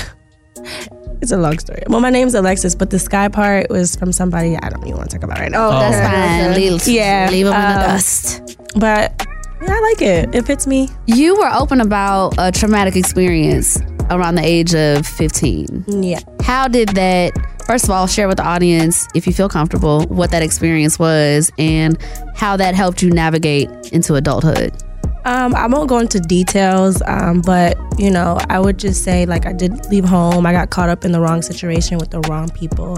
[SPEAKER 6] It's a long story. Well, my name's Alexis, but the sky part was from somebody I don't even want to talk about right now.
[SPEAKER 4] Oh, Oh. that's fine. Leave-
[SPEAKER 6] yeah, um,
[SPEAKER 4] leave 'em in the
[SPEAKER 6] dust. But yeah, I like it. It fits me.
[SPEAKER 4] You were open about a traumatic experience around the age of 15.
[SPEAKER 6] Yeah.
[SPEAKER 4] How did that, first of all, share with the audience, if you feel comfortable, what that experience was and how that helped you navigate into adulthood?
[SPEAKER 6] Um, I won't go into details, um, but you know, I would just say like I did leave home. I got caught up in the wrong situation with the wrong people.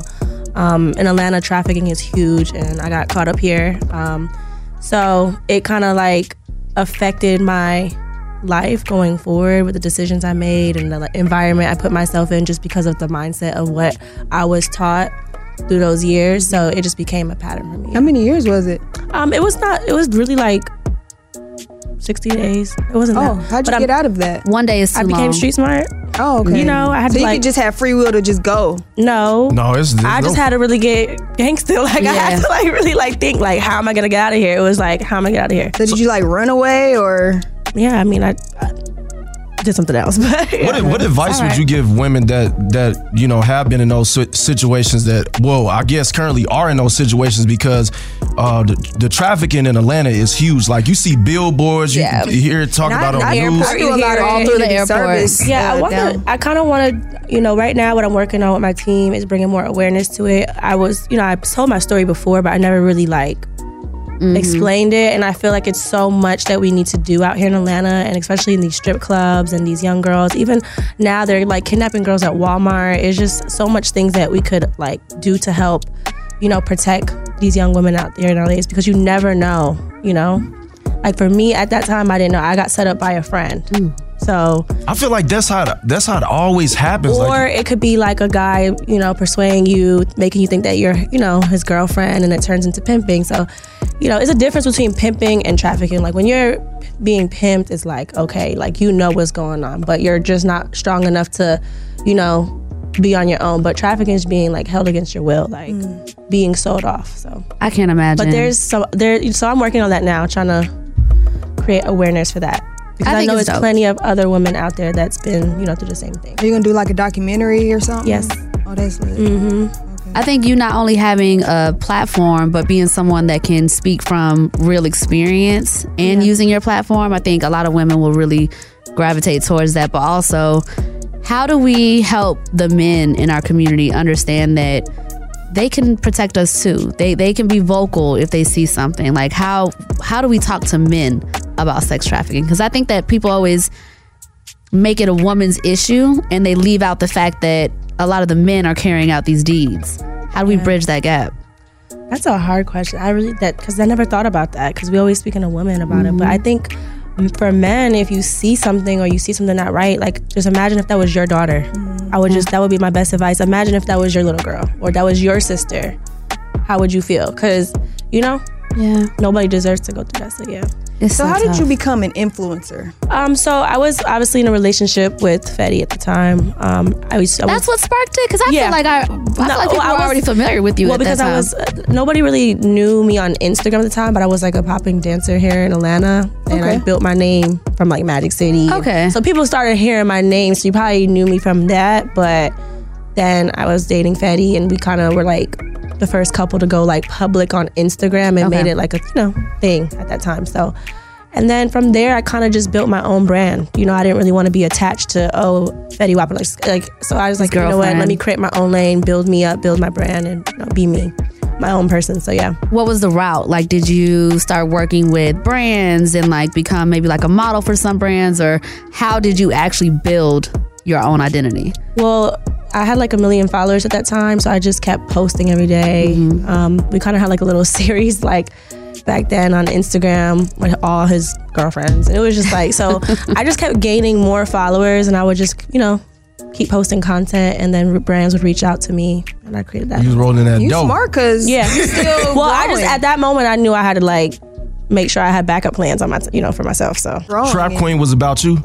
[SPEAKER 6] Um, in Atlanta, trafficking is huge, and I got caught up here. Um, so it kind of like affected my life going forward with the decisions I made and the like, environment I put myself in, just because of the mindset of what I was taught through those years. So it just became a pattern for me.
[SPEAKER 3] How many years was it?
[SPEAKER 6] Um, it was not. It was really like sixty days. It wasn't.
[SPEAKER 3] Oh,
[SPEAKER 6] that.
[SPEAKER 3] how'd you get out of that?
[SPEAKER 4] One day is
[SPEAKER 6] I became street smart.
[SPEAKER 3] Oh, okay.
[SPEAKER 6] You know, I had
[SPEAKER 3] so
[SPEAKER 6] to
[SPEAKER 3] you
[SPEAKER 6] like
[SPEAKER 3] could just have free will to just go.
[SPEAKER 6] No.
[SPEAKER 5] No, it's.
[SPEAKER 6] I just had to really get gangster. (laughs) Like I had
[SPEAKER 3] Yeah.
[SPEAKER 6] to like really like think like how am I gonna get out of here? It was like how am I gonna get out of here?
[SPEAKER 3] So did you like run away or?
[SPEAKER 6] Yeah, I mean I, I did something else. (laughs) But
[SPEAKER 5] What, what advice would you give women that that you know have been in those si- situations that well I guess currently are in those situations because uh, the, the trafficking in Atlanta is huge. Like you see billboards, you
[SPEAKER 6] Yeah.
[SPEAKER 5] can hear it talk about it on the news.
[SPEAKER 6] Yeah, I want I kind of want to, you know, right now what I'm working on with my team is bringing more awareness to it. I was, you know, I told my story before, but I never really like explained it, and I feel like it's so much that we need to do out here in Atlanta, and especially in these strip clubs and these young girls. Even now, they're like kidnapping girls at Walmart. It's just so much things that we could like do to help, you know, protect these young women out there nowadays because you never know, you know. Like for me at that time, I didn't know. I got set up by a friend. So
[SPEAKER 5] I feel like that's how it, that's how it always happens.
[SPEAKER 6] or
[SPEAKER 5] like,
[SPEAKER 6] it could be like a guy, you know, persuading you, making you think that you're, you know, his girlfriend, and it turns into pimping. So, you know, it's a difference between pimping and trafficking. Like when you're being pimped, it's like okay, like you know what's going on, but you're just not strong enough to, you know, be on your own. But trafficking is being like held against your will, like
[SPEAKER 3] Mm.
[SPEAKER 6] being sold off. So
[SPEAKER 4] I can't imagine.
[SPEAKER 6] But there's so there. So I'm working on that now, trying to create awareness for that because
[SPEAKER 3] I
[SPEAKER 6] I,
[SPEAKER 3] think
[SPEAKER 6] know
[SPEAKER 3] it's
[SPEAKER 6] it's
[SPEAKER 3] dope.
[SPEAKER 6] plenty of other women out there that's been you know through the same thing.
[SPEAKER 3] Are you gonna do like a documentary or something?
[SPEAKER 6] Yes. Mm-hmm.
[SPEAKER 3] Oh, that's lit.
[SPEAKER 4] I think you not only having a platform, but being someone that can speak from real experience and using your platform, I think a lot of women will really gravitate towards that. But also, how do we help the men in our community understand that they can protect us too? They they can be vocal if they see something. Like how how do we talk to men about sex trafficking? Because I think that people always make it a woman's issue and they leave out the fact that a lot of the men are carrying out these deeds. How do we bridge that gap?
[SPEAKER 6] That's a hard question. I really that because I never thought about that because we always speaking to women about it. But
[SPEAKER 4] Mm-hmm.
[SPEAKER 6] I think m- for men, if you see something or you see something not right, like just imagine if that was your daughter.
[SPEAKER 4] Mm-hmm.
[SPEAKER 6] I would just that would be my best advice. Imagine if that was your little girl or that was your sister. How would you feel? Because you know,
[SPEAKER 4] yeah,
[SPEAKER 6] nobody deserves to go through that. So yeah.
[SPEAKER 3] so, how did you become an influencer?
[SPEAKER 6] Um, so I was obviously in a relationship with Fetty at the time. Um, I was. I was
[SPEAKER 4] That's what sparked it because I feel like I, I feel
[SPEAKER 6] No,
[SPEAKER 4] like people
[SPEAKER 6] I
[SPEAKER 4] were
[SPEAKER 6] was-
[SPEAKER 4] already familiar with you
[SPEAKER 6] Well,
[SPEAKER 4] at
[SPEAKER 6] because
[SPEAKER 4] that time.
[SPEAKER 6] I was uh, nobody really knew me on Instagram at the time, but I was like a popping dancer here in Atlanta, and I
[SPEAKER 4] Okay.
[SPEAKER 6] built my name from like Magic City. Okay, so people started hearing my name, so you probably knew me from that. But then I was dating Fetty, and we kind of were like the first couple to go like public on Instagram and
[SPEAKER 4] Okay.
[SPEAKER 6] made it like a you know thing at that time. So. And then from there, I kind of just built my own brand. You know, I didn't really want to be attached to oh Fetty Wap. Like, like, so I was
[SPEAKER 4] His
[SPEAKER 6] like, you know what?
[SPEAKER 4] girlfriend.
[SPEAKER 6] Let me create my own lane, build me up, build my brand, and you know, be me, my own person. So yeah.
[SPEAKER 4] what was the route? Like, did you start working with brands and like become maybe like a model for some brands, or how did you actually build your own identity?
[SPEAKER 6] Well, I had like a million followers at that time, so I just kept posting every day. Um, we kind of had like a little (laughs) series like back then on Instagram with all his girlfriends, and it was just like so. I just kept gaining more followers, and I would just you know keep posting content, and then brands would reach out to me, and I created that.
[SPEAKER 5] You was rolling that dope.
[SPEAKER 3] cause
[SPEAKER 6] yeah.
[SPEAKER 3] you still
[SPEAKER 6] (laughs) well, I just
[SPEAKER 3] growing.
[SPEAKER 6] at that moment I knew I had to like make sure I had backup plans on my you know for myself. So
[SPEAKER 5] Trap Queen was about you.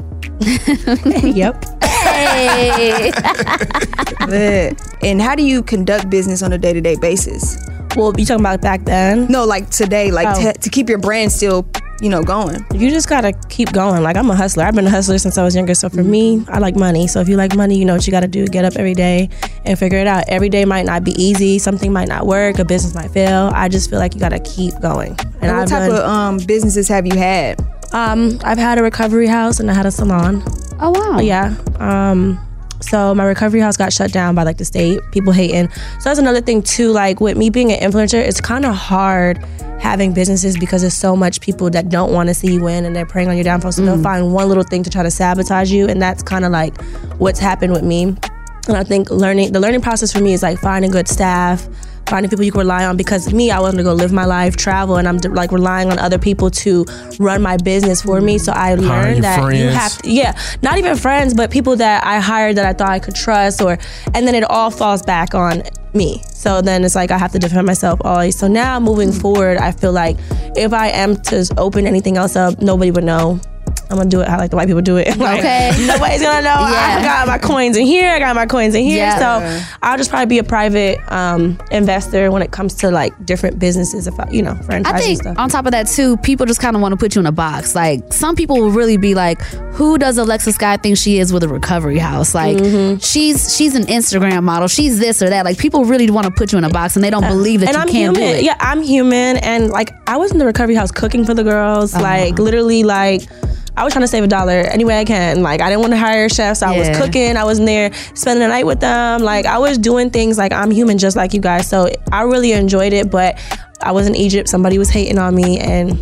[SPEAKER 6] yep.
[SPEAKER 4] Hey.
[SPEAKER 3] (laughs) Lit. and how do you conduct business on a day to day basis?
[SPEAKER 6] Well, you talking about back then?
[SPEAKER 3] No, like today, like
[SPEAKER 6] Oh.
[SPEAKER 3] to- to keep your brand still, you know, going.
[SPEAKER 6] You just gotta keep going. Like I'm a hustler. I've been a hustler since I was younger. So for
[SPEAKER 3] Mm-hmm.
[SPEAKER 6] me, I like money. So if you like money, you know what you gotta do. Get up every day and figure it out. Every day might not be easy. Something might not work. A business might fail. I just feel like you gotta keep going.
[SPEAKER 3] And what type of um, businesses have you had?
[SPEAKER 6] Um, I've had a recovery house and I had a salon.
[SPEAKER 4] Oh wow.
[SPEAKER 6] Yeah. Um so my recovery house got shut down by like the state, people hating. So that's another thing too, like with me being an influencer, it's kinda hard having businesses because there's so much people that don't want to see you win and they're preying on your downfall. So
[SPEAKER 4] Mm.
[SPEAKER 6] they'll find one little thing to try to sabotage you and that's kinda like what's happened with me. And I think learning the learning process for me is like finding good staff, finding people you can rely on. Because me, I wanted to go live my life, travel, and I'm like relying on other people to run my business for me. So I learned
[SPEAKER 4] your
[SPEAKER 6] that you
[SPEAKER 4] friends.
[SPEAKER 6] have to, yeah, not even friends, but people that I hired that I thought I could trust, or and then it all falls back on me. So then it's like I have to defend myself always. So now moving forward, I feel like if I am to open anything else up, nobody would know. I'm gonna do it how like the white people do it. (laughs) Like,
[SPEAKER 4] Okay.
[SPEAKER 6] Nobody's gonna know.
[SPEAKER 4] Yeah.
[SPEAKER 6] I got my coins in here. I got my coins in here.
[SPEAKER 4] Yeah.
[SPEAKER 6] So I'll just probably be a private um, investor when it comes to like different businesses. If I, you know, franchise
[SPEAKER 4] I
[SPEAKER 6] and
[SPEAKER 4] think
[SPEAKER 6] stuff.
[SPEAKER 4] on top of that too, people just kind of want to put you in a box. Like some people will really be like, "Who does Alexa Sky think she is with a recovery house? Like
[SPEAKER 6] Mm-hmm.
[SPEAKER 4] she's she's an Instagram model. She's this or that. Like people really want to put you in a box and they don't believe that
[SPEAKER 6] and
[SPEAKER 4] you
[SPEAKER 6] I'm
[SPEAKER 4] can do
[SPEAKER 6] human.
[SPEAKER 4] it.
[SPEAKER 6] Yeah, I'm human. And like I was in the recovery house cooking for the girls.
[SPEAKER 4] Oh,
[SPEAKER 6] Like literally, like I was trying to save a dollar any way I can. Like I didn't want to hire chefs. I
[SPEAKER 4] Yeah.
[SPEAKER 6] was cooking. I was in there spending the night with them. Like I was doing things. Like I'm human, just like you guys. So I really enjoyed it. But I was in Egypt. Somebody was hating on me and.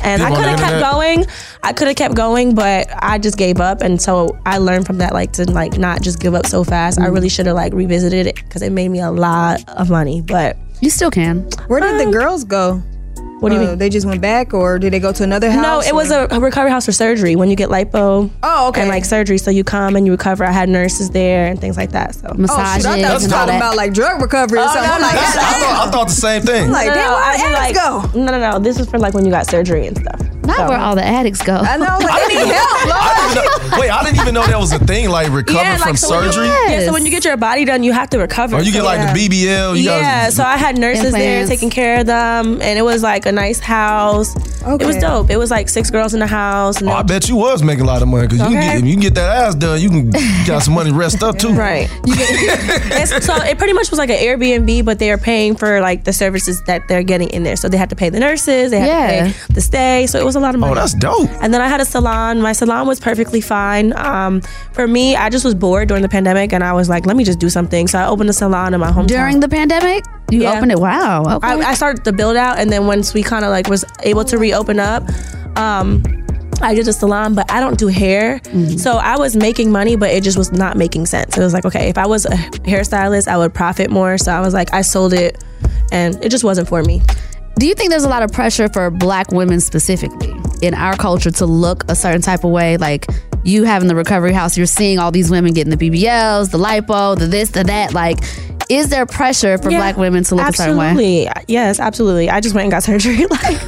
[SPEAKER 6] And
[SPEAKER 4] People on
[SPEAKER 6] I could
[SPEAKER 4] the
[SPEAKER 6] have kept
[SPEAKER 4] internet.
[SPEAKER 6] going. I could have kept going, but I just gave up. And so I learned from that, like to like not just give up so fast. I
[SPEAKER 4] Mm.
[SPEAKER 6] really should have like revisited it because it made me a lot of money. But
[SPEAKER 4] You still can.
[SPEAKER 3] Where did the girls go?
[SPEAKER 6] Um,
[SPEAKER 3] Uh,
[SPEAKER 6] What do you mean?
[SPEAKER 3] They just went back, or did they go to another house?
[SPEAKER 6] No, it was a, a recovery house for surgery when you get lipo.
[SPEAKER 3] Oh, okay.
[SPEAKER 6] And like surgery, so you come and you recover. I had nurses there and things like that.
[SPEAKER 3] Oh,
[SPEAKER 6] So Oh,
[SPEAKER 3] shoot, I thought you were talking about like drug recovery or something. I'm like,
[SPEAKER 5] That's- I, thought, I thought the same thing.
[SPEAKER 3] like, damn, where
[SPEAKER 6] I
[SPEAKER 3] the
[SPEAKER 6] do,
[SPEAKER 3] ads
[SPEAKER 6] like, No, no, no. This is for like when you got surgery and stuff.
[SPEAKER 4] Not where all the addicts go. I
[SPEAKER 3] know.
[SPEAKER 5] I didn't
[SPEAKER 6] (laughs)
[SPEAKER 5] even- I didn't know- wait, I didn't even know that was a thing. Like recovering from
[SPEAKER 6] so when you-
[SPEAKER 5] surgery.
[SPEAKER 6] Yeah, so when you get your body done, you have to recover.
[SPEAKER 5] Or you get,
[SPEAKER 6] So-
[SPEAKER 5] like, the BBL, you gotta-
[SPEAKER 6] yeah, so I had nurses there
[SPEAKER 5] Implants.
[SPEAKER 6] taking care of them, and it was like a nice house. It was
[SPEAKER 5] Okay.
[SPEAKER 6] dope. It was like six girls in the house. and
[SPEAKER 5] Oh, I bet you was making a lot of money because you can
[SPEAKER 6] Okay.
[SPEAKER 5] get if you can get that ass done, you can got some money rest up too.
[SPEAKER 6] Right. It's- so it pretty much was like an Airbnb, but they are paying for like the services that they're getting in there. So they had to pay the nurses, they had
[SPEAKER 4] Yeah.
[SPEAKER 6] to pay the stay. So it was a lot of money.
[SPEAKER 5] Oh, that's dope.
[SPEAKER 6] And then I had a salon. My salon was perfectly fine. Um, for me, I just was bored during the pandemic, and I was like, let me just do something. So I opened a salon in my hometown.
[SPEAKER 4] During the pandemic, you opened it. Wow. Okay.
[SPEAKER 6] I, I started the build out, and then once we kind of like was able to reopen up, um, I did a salon, but I don't do hair,
[SPEAKER 3] Mm-hmm.
[SPEAKER 6] so I was making money, but it just was not making sense. It was like, okay, if I was a hairstylist, I would profit more. So I was like, I sold it, and it just wasn't for me.
[SPEAKER 4] Do you think there's a lot of pressure for black women specifically in our culture to look a certain type of way? Like you having the recovery house, you're seeing all these women getting the BBLs, the lipo, the this, the that. Like, is there pressure for
[SPEAKER 6] Yeah,
[SPEAKER 4] black women to look a certain way?
[SPEAKER 6] Absolutely, yes, absolutely. I just went and got surgery. (laughs) like,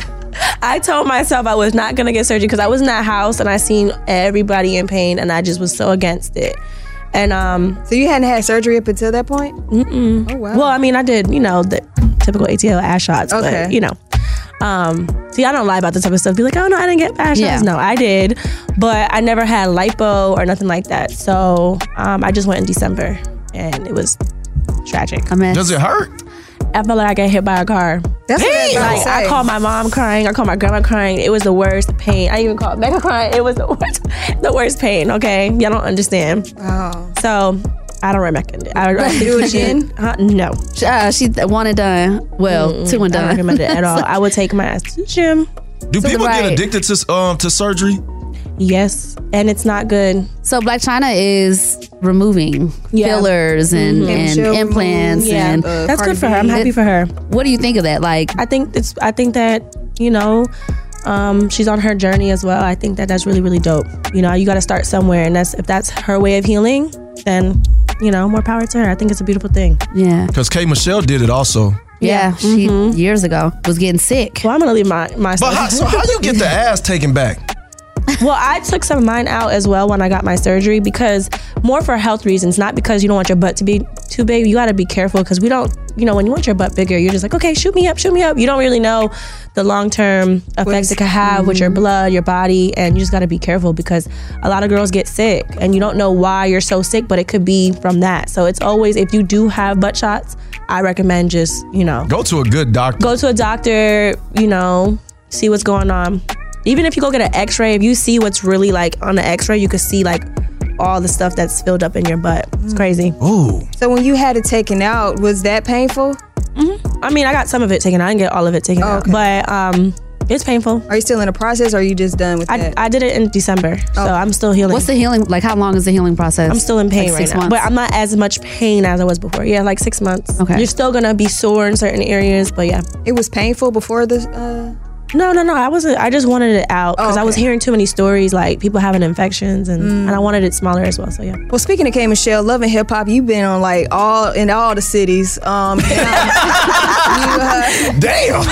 [SPEAKER 6] I told myself I was not gonna get surgery because I was in that house and I seen everybody in pain, and I just was so against it. And um,
[SPEAKER 3] so you hadn't had surgery up until that point?
[SPEAKER 6] Mm-mm.
[SPEAKER 10] Mm.
[SPEAKER 6] Well, I mean, I did, you know, the typical ATL ass shots,
[SPEAKER 3] Okay.
[SPEAKER 6] but you know. Um, see, I don't lie about this type of stuff. Be like, oh no, I didn't get ass
[SPEAKER 3] Yeah.
[SPEAKER 6] shots. No, I did, but I never had lipo or nothing like that. So um, I just went in December, and it was tragic.
[SPEAKER 5] Does it hurt?
[SPEAKER 6] I felt like I got hit by a car.
[SPEAKER 3] That's what
[SPEAKER 6] pain.
[SPEAKER 3] everybody
[SPEAKER 6] Like, I
[SPEAKER 3] says.
[SPEAKER 6] called my mom crying. I called my grandma crying. It was the worst pain. I even called Becca crying. It was the worst, (laughs) the worst pain. Okay, y'all don't understand.
[SPEAKER 3] Wow.
[SPEAKER 6] So I don't recommend it. I
[SPEAKER 4] Like, do it again?
[SPEAKER 6] (laughs) Uh, no.
[SPEAKER 4] Uh, she one and done. Well,
[SPEAKER 6] Mm-mm.
[SPEAKER 4] two and
[SPEAKER 6] I
[SPEAKER 4] done.
[SPEAKER 6] don't recommend it at
[SPEAKER 4] (laughs)
[SPEAKER 6] all. I would take my ass to the gym.
[SPEAKER 5] Do
[SPEAKER 6] To the
[SPEAKER 5] people
[SPEAKER 6] right.
[SPEAKER 5] get addicted to um to surgery?
[SPEAKER 6] Yes, and it's not good.
[SPEAKER 4] So Black China is removing
[SPEAKER 6] Yeah.
[SPEAKER 4] fillers and,
[SPEAKER 6] Mhm.
[SPEAKER 4] and
[SPEAKER 6] She'll remove,
[SPEAKER 4] implants,
[SPEAKER 6] yeah,
[SPEAKER 4] and
[SPEAKER 6] uh, That's good for her. I'm happy for her.
[SPEAKER 4] What do you think of that? Like,
[SPEAKER 6] I think it's. I think that you know, um, she's on her journey as well. I think that that's really really dope. You know, you got to start somewhere, and that's if that's her way of healing, then you know, more power to her. I think it's a beautiful thing.
[SPEAKER 4] Yeah.
[SPEAKER 5] Because K Michelle did it also.
[SPEAKER 4] Yeah, she years ago was getting sick.
[SPEAKER 6] Mm-hmm. Well, I'm gonna leave my my.
[SPEAKER 5] But how, so how you get the ass taken back?
[SPEAKER 6] well, I took some of mine out as well when I got my surgery because more for health reasons, not because you don't want your butt to be too big. You got to be careful because we don't, you know, when you want your butt bigger, you're just like, okay, shoot me up, shoot me up. You don't really know the long term effects it could have with your blood, your body, and you just got to be careful because a lot of girls get sick and you don't know why you're so sick, but it could be from that. So it's always, if you do have butt shots, I recommend just, you know,
[SPEAKER 5] Go to a good doctor.
[SPEAKER 6] go to a doctor, you know, see what's going on. Even if you go get an x-ray, if you see what's really like on the x-ray, you can see like all the stuff that's filled up in your butt.
[SPEAKER 3] Mm.
[SPEAKER 6] It's crazy.
[SPEAKER 5] Ooh.
[SPEAKER 3] So when you had it taken out, was that painful?
[SPEAKER 6] I mean, I got some of it taken out. I didn't get all of it taken out. But um it's painful.
[SPEAKER 3] Oh, Are you still in the process or are you just done with Oh.
[SPEAKER 6] I,
[SPEAKER 3] that?
[SPEAKER 6] I did it in December, so I'm still healing.
[SPEAKER 4] What's the healing? Like, how long is the healing process?
[SPEAKER 6] I'm still in pain
[SPEAKER 4] Like
[SPEAKER 6] right
[SPEAKER 4] six
[SPEAKER 6] now,
[SPEAKER 4] months?
[SPEAKER 6] but I'm not as much pain as I was before. Yeah, like six months. Okay, you're still gonna be sore in certain areas, but yeah,
[SPEAKER 3] it was painful before the. Uh...
[SPEAKER 6] No, no, no. I wasn't. I just wanted it out because I was hearing too many stories, like people having infections, and and I wanted it smaller as well. So yeah.
[SPEAKER 3] Well, speaking of K Michelle, loving hip hop, you've been on like all in all the cities. Um, (laughs) and, um, you,
[SPEAKER 6] (laughs)
[SPEAKER 3] uh,
[SPEAKER 5] Damn.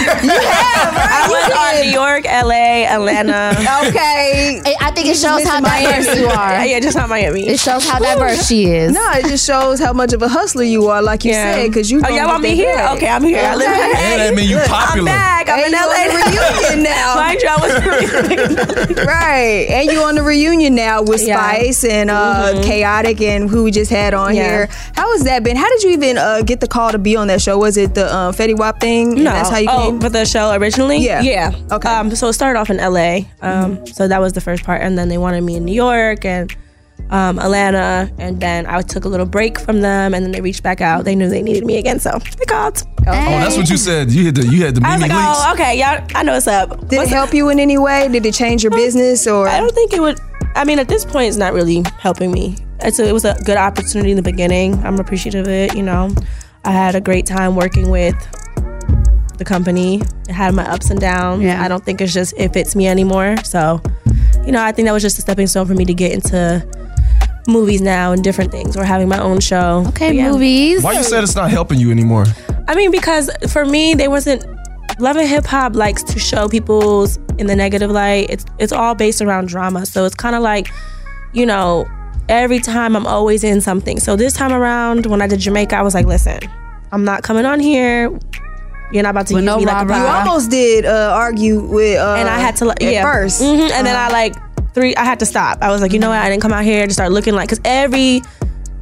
[SPEAKER 6] I was on New York, LA, Atlanta.
[SPEAKER 3] (laughs) okay.
[SPEAKER 4] I think it shows
[SPEAKER 3] (laughs)
[SPEAKER 4] how diverse you are.
[SPEAKER 6] yeah, just not Miami.
[SPEAKER 4] It shows how diverse she is.
[SPEAKER 3] No, it just shows how much of a hustler you are, like you
[SPEAKER 6] Yeah.
[SPEAKER 3] said, because you.
[SPEAKER 6] Oh, y'all want me here? Okay, I'm here. I live in
[SPEAKER 5] Yeah, that mean you popular.
[SPEAKER 6] back.
[SPEAKER 3] I'm in LA
[SPEAKER 6] (laughs)
[SPEAKER 3] reunion now.
[SPEAKER 6] Mind you, I was
[SPEAKER 3] right, and you on the reunion now with Spice and uh, Chaotic and who we just had on
[SPEAKER 6] Mm-hmm. Yeah.
[SPEAKER 3] here. How has that been? How did you even uh, get the call to be on that show? Was it the uh, Fetty Wap thing? and
[SPEAKER 6] No.
[SPEAKER 3] that's how you
[SPEAKER 6] oh,
[SPEAKER 3] came.
[SPEAKER 6] for the show originally.
[SPEAKER 3] Yeah.
[SPEAKER 6] Yeah. Okay. Um, so it started off in LA. Um, so that was the first part, and then they wanted me in New York and um, Atlanta, and then I took a little break from them, and then they reached back out. They knew they needed me again, so they called.
[SPEAKER 5] Oh, that's what you said. You had the you had the
[SPEAKER 6] I was
[SPEAKER 5] mini
[SPEAKER 6] like,
[SPEAKER 5] leaks.
[SPEAKER 6] oh, okay, y'all, I know what's up.
[SPEAKER 3] Did it help you in any way? Did it change your business or?
[SPEAKER 6] I don't think it would. I mean, at this point, it's not really helping me. It's a, it was a good opportunity in the beginning. I'm appreciative of it. You know, I had a great time working with the company. It had my ups and downs.
[SPEAKER 4] Yeah.
[SPEAKER 6] I don't think it's just it fits me anymore. So, you know, I think that was just a stepping stone for me to get into movies now and different things or having my own show. Okay,
[SPEAKER 5] Why you said it's not helping you anymore?
[SPEAKER 6] I mean, because for me, they wasn't Love and Hip Hop likes to show people's in the negative light. It's it's all based around drama, so it's kind of like, you know, every time I'm always in something. So this time around, when I did Jamaica, I was like, listen, I'm not coming on here. You're not about to
[SPEAKER 3] With
[SPEAKER 6] use
[SPEAKER 3] no
[SPEAKER 6] me like a
[SPEAKER 3] rah-rah. You almost did uh, argue with, uh,
[SPEAKER 6] and I had to like
[SPEAKER 3] at Uh-huh.
[SPEAKER 6] yeah
[SPEAKER 3] 1st
[SPEAKER 6] Mhm, and then I like three. I had to stop. I was like, you know what? I didn't come out here to start looking like because every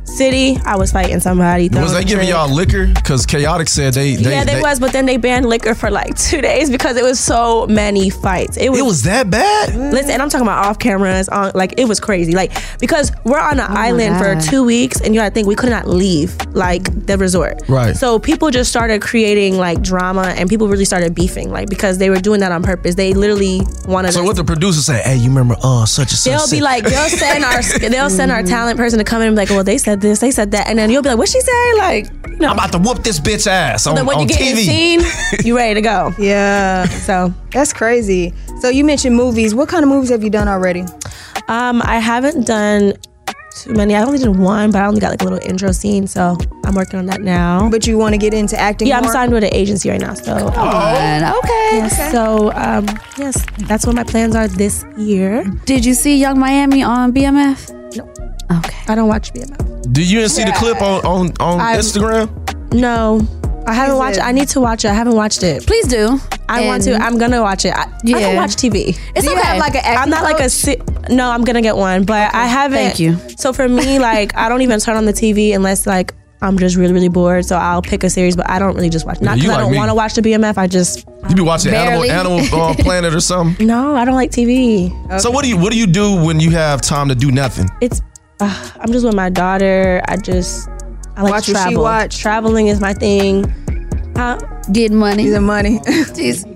[SPEAKER 6] city I was fighting somebody.
[SPEAKER 5] Was they
[SPEAKER 6] throwing
[SPEAKER 5] giving
[SPEAKER 6] drinks.
[SPEAKER 5] y'all liquor? Because Chaotic said they. they
[SPEAKER 6] yeah, they,
[SPEAKER 5] they-
[SPEAKER 6] was, but then they banned liquor for like two days because it was so many fights. It was,
[SPEAKER 5] that bad.
[SPEAKER 6] Listen, and I'm talking about off cameras, on like it was crazy. Like because we're on an island
[SPEAKER 4] God.
[SPEAKER 6] for two weeks, and you gotta think we could not leave like the resort.
[SPEAKER 4] Right.
[SPEAKER 6] So people just started creating like drama, and people really started beefing, like because they were doing that on purpose. They literally wanted.
[SPEAKER 5] So
[SPEAKER 6] us-
[SPEAKER 5] what the producer say? Hey, you remember uh such and such?
[SPEAKER 6] (laughs) They'll
[SPEAKER 5] (laughs)
[SPEAKER 6] be
[SPEAKER 5] said-"
[SPEAKER 6] like, they'll send our they'll send
[SPEAKER 5] (laughs)
[SPEAKER 6] our talent person to come in and be like, well, they said this, they said that, and then you'll be like, what she say? Like, you know,
[SPEAKER 5] I'm about to whoop this bitch ass
[SPEAKER 6] so
[SPEAKER 5] on,
[SPEAKER 6] then when
[SPEAKER 5] on
[SPEAKER 6] you get in
[SPEAKER 5] TV.
[SPEAKER 6] scene, you ready to go.
[SPEAKER 3] (laughs) Yeah.
[SPEAKER 6] So
[SPEAKER 3] that's crazy. So you mentioned movies. What kind of movies have you done already?
[SPEAKER 6] Um, I haven't done too many. I only did one, but I only got like a little intro scene, so I'm working on that now.
[SPEAKER 3] But you want to get into acting?
[SPEAKER 6] Yeah, I'm
[SPEAKER 3] more?
[SPEAKER 6] signed with an agency right now, so.
[SPEAKER 4] on. Okay.
[SPEAKER 6] Yeah, So um, yes, that's what my plans are this year.
[SPEAKER 4] Did you see Young Miami on BMF?
[SPEAKER 6] No. Okay. I don't watch BMF.
[SPEAKER 5] Do you didn't see the clip on on, on
[SPEAKER 6] I'm-
[SPEAKER 5] Instagram?
[SPEAKER 6] No. I haven't watched. I need to watch it. I haven't watched it.
[SPEAKER 4] Please do.
[SPEAKER 6] I want to.
[SPEAKER 4] And-
[SPEAKER 6] I'm gonna watch it. I, I
[SPEAKER 4] Yeah.
[SPEAKER 6] don't watch TV.
[SPEAKER 4] It's Do you okay. have, like, an
[SPEAKER 6] I'm
[SPEAKER 4] acting
[SPEAKER 6] not like a.
[SPEAKER 4] coach?
[SPEAKER 6] si- No, I'm gonna get one, but I haven't.
[SPEAKER 4] Thank you.
[SPEAKER 6] So for me, like I don't even turn on the TV unless like I'm just really really bored. So I'll pick a series, but I don't really just watch. Not
[SPEAKER 5] Yeah, you
[SPEAKER 6] because I
[SPEAKER 5] like
[SPEAKER 6] don't
[SPEAKER 5] me.
[SPEAKER 6] want to watch the BMF. I just
[SPEAKER 5] You be watching
[SPEAKER 6] Barely.
[SPEAKER 5] Animal Animal
[SPEAKER 3] (laughs)
[SPEAKER 5] uh, Planet or something.
[SPEAKER 6] no. I don't like TV.
[SPEAKER 5] So what do you what do you do when you have time to do nothing?
[SPEAKER 6] It's. Uh, I'm just with my daughter. I just. I like
[SPEAKER 3] Watch
[SPEAKER 6] to
[SPEAKER 3] what she
[SPEAKER 6] travel.
[SPEAKER 3] watch.
[SPEAKER 6] Traveling is my thing. Huh?
[SPEAKER 4] Get money.
[SPEAKER 3] The
[SPEAKER 4] (laughs)
[SPEAKER 3] money. (laughs)
[SPEAKER 6] (laughs)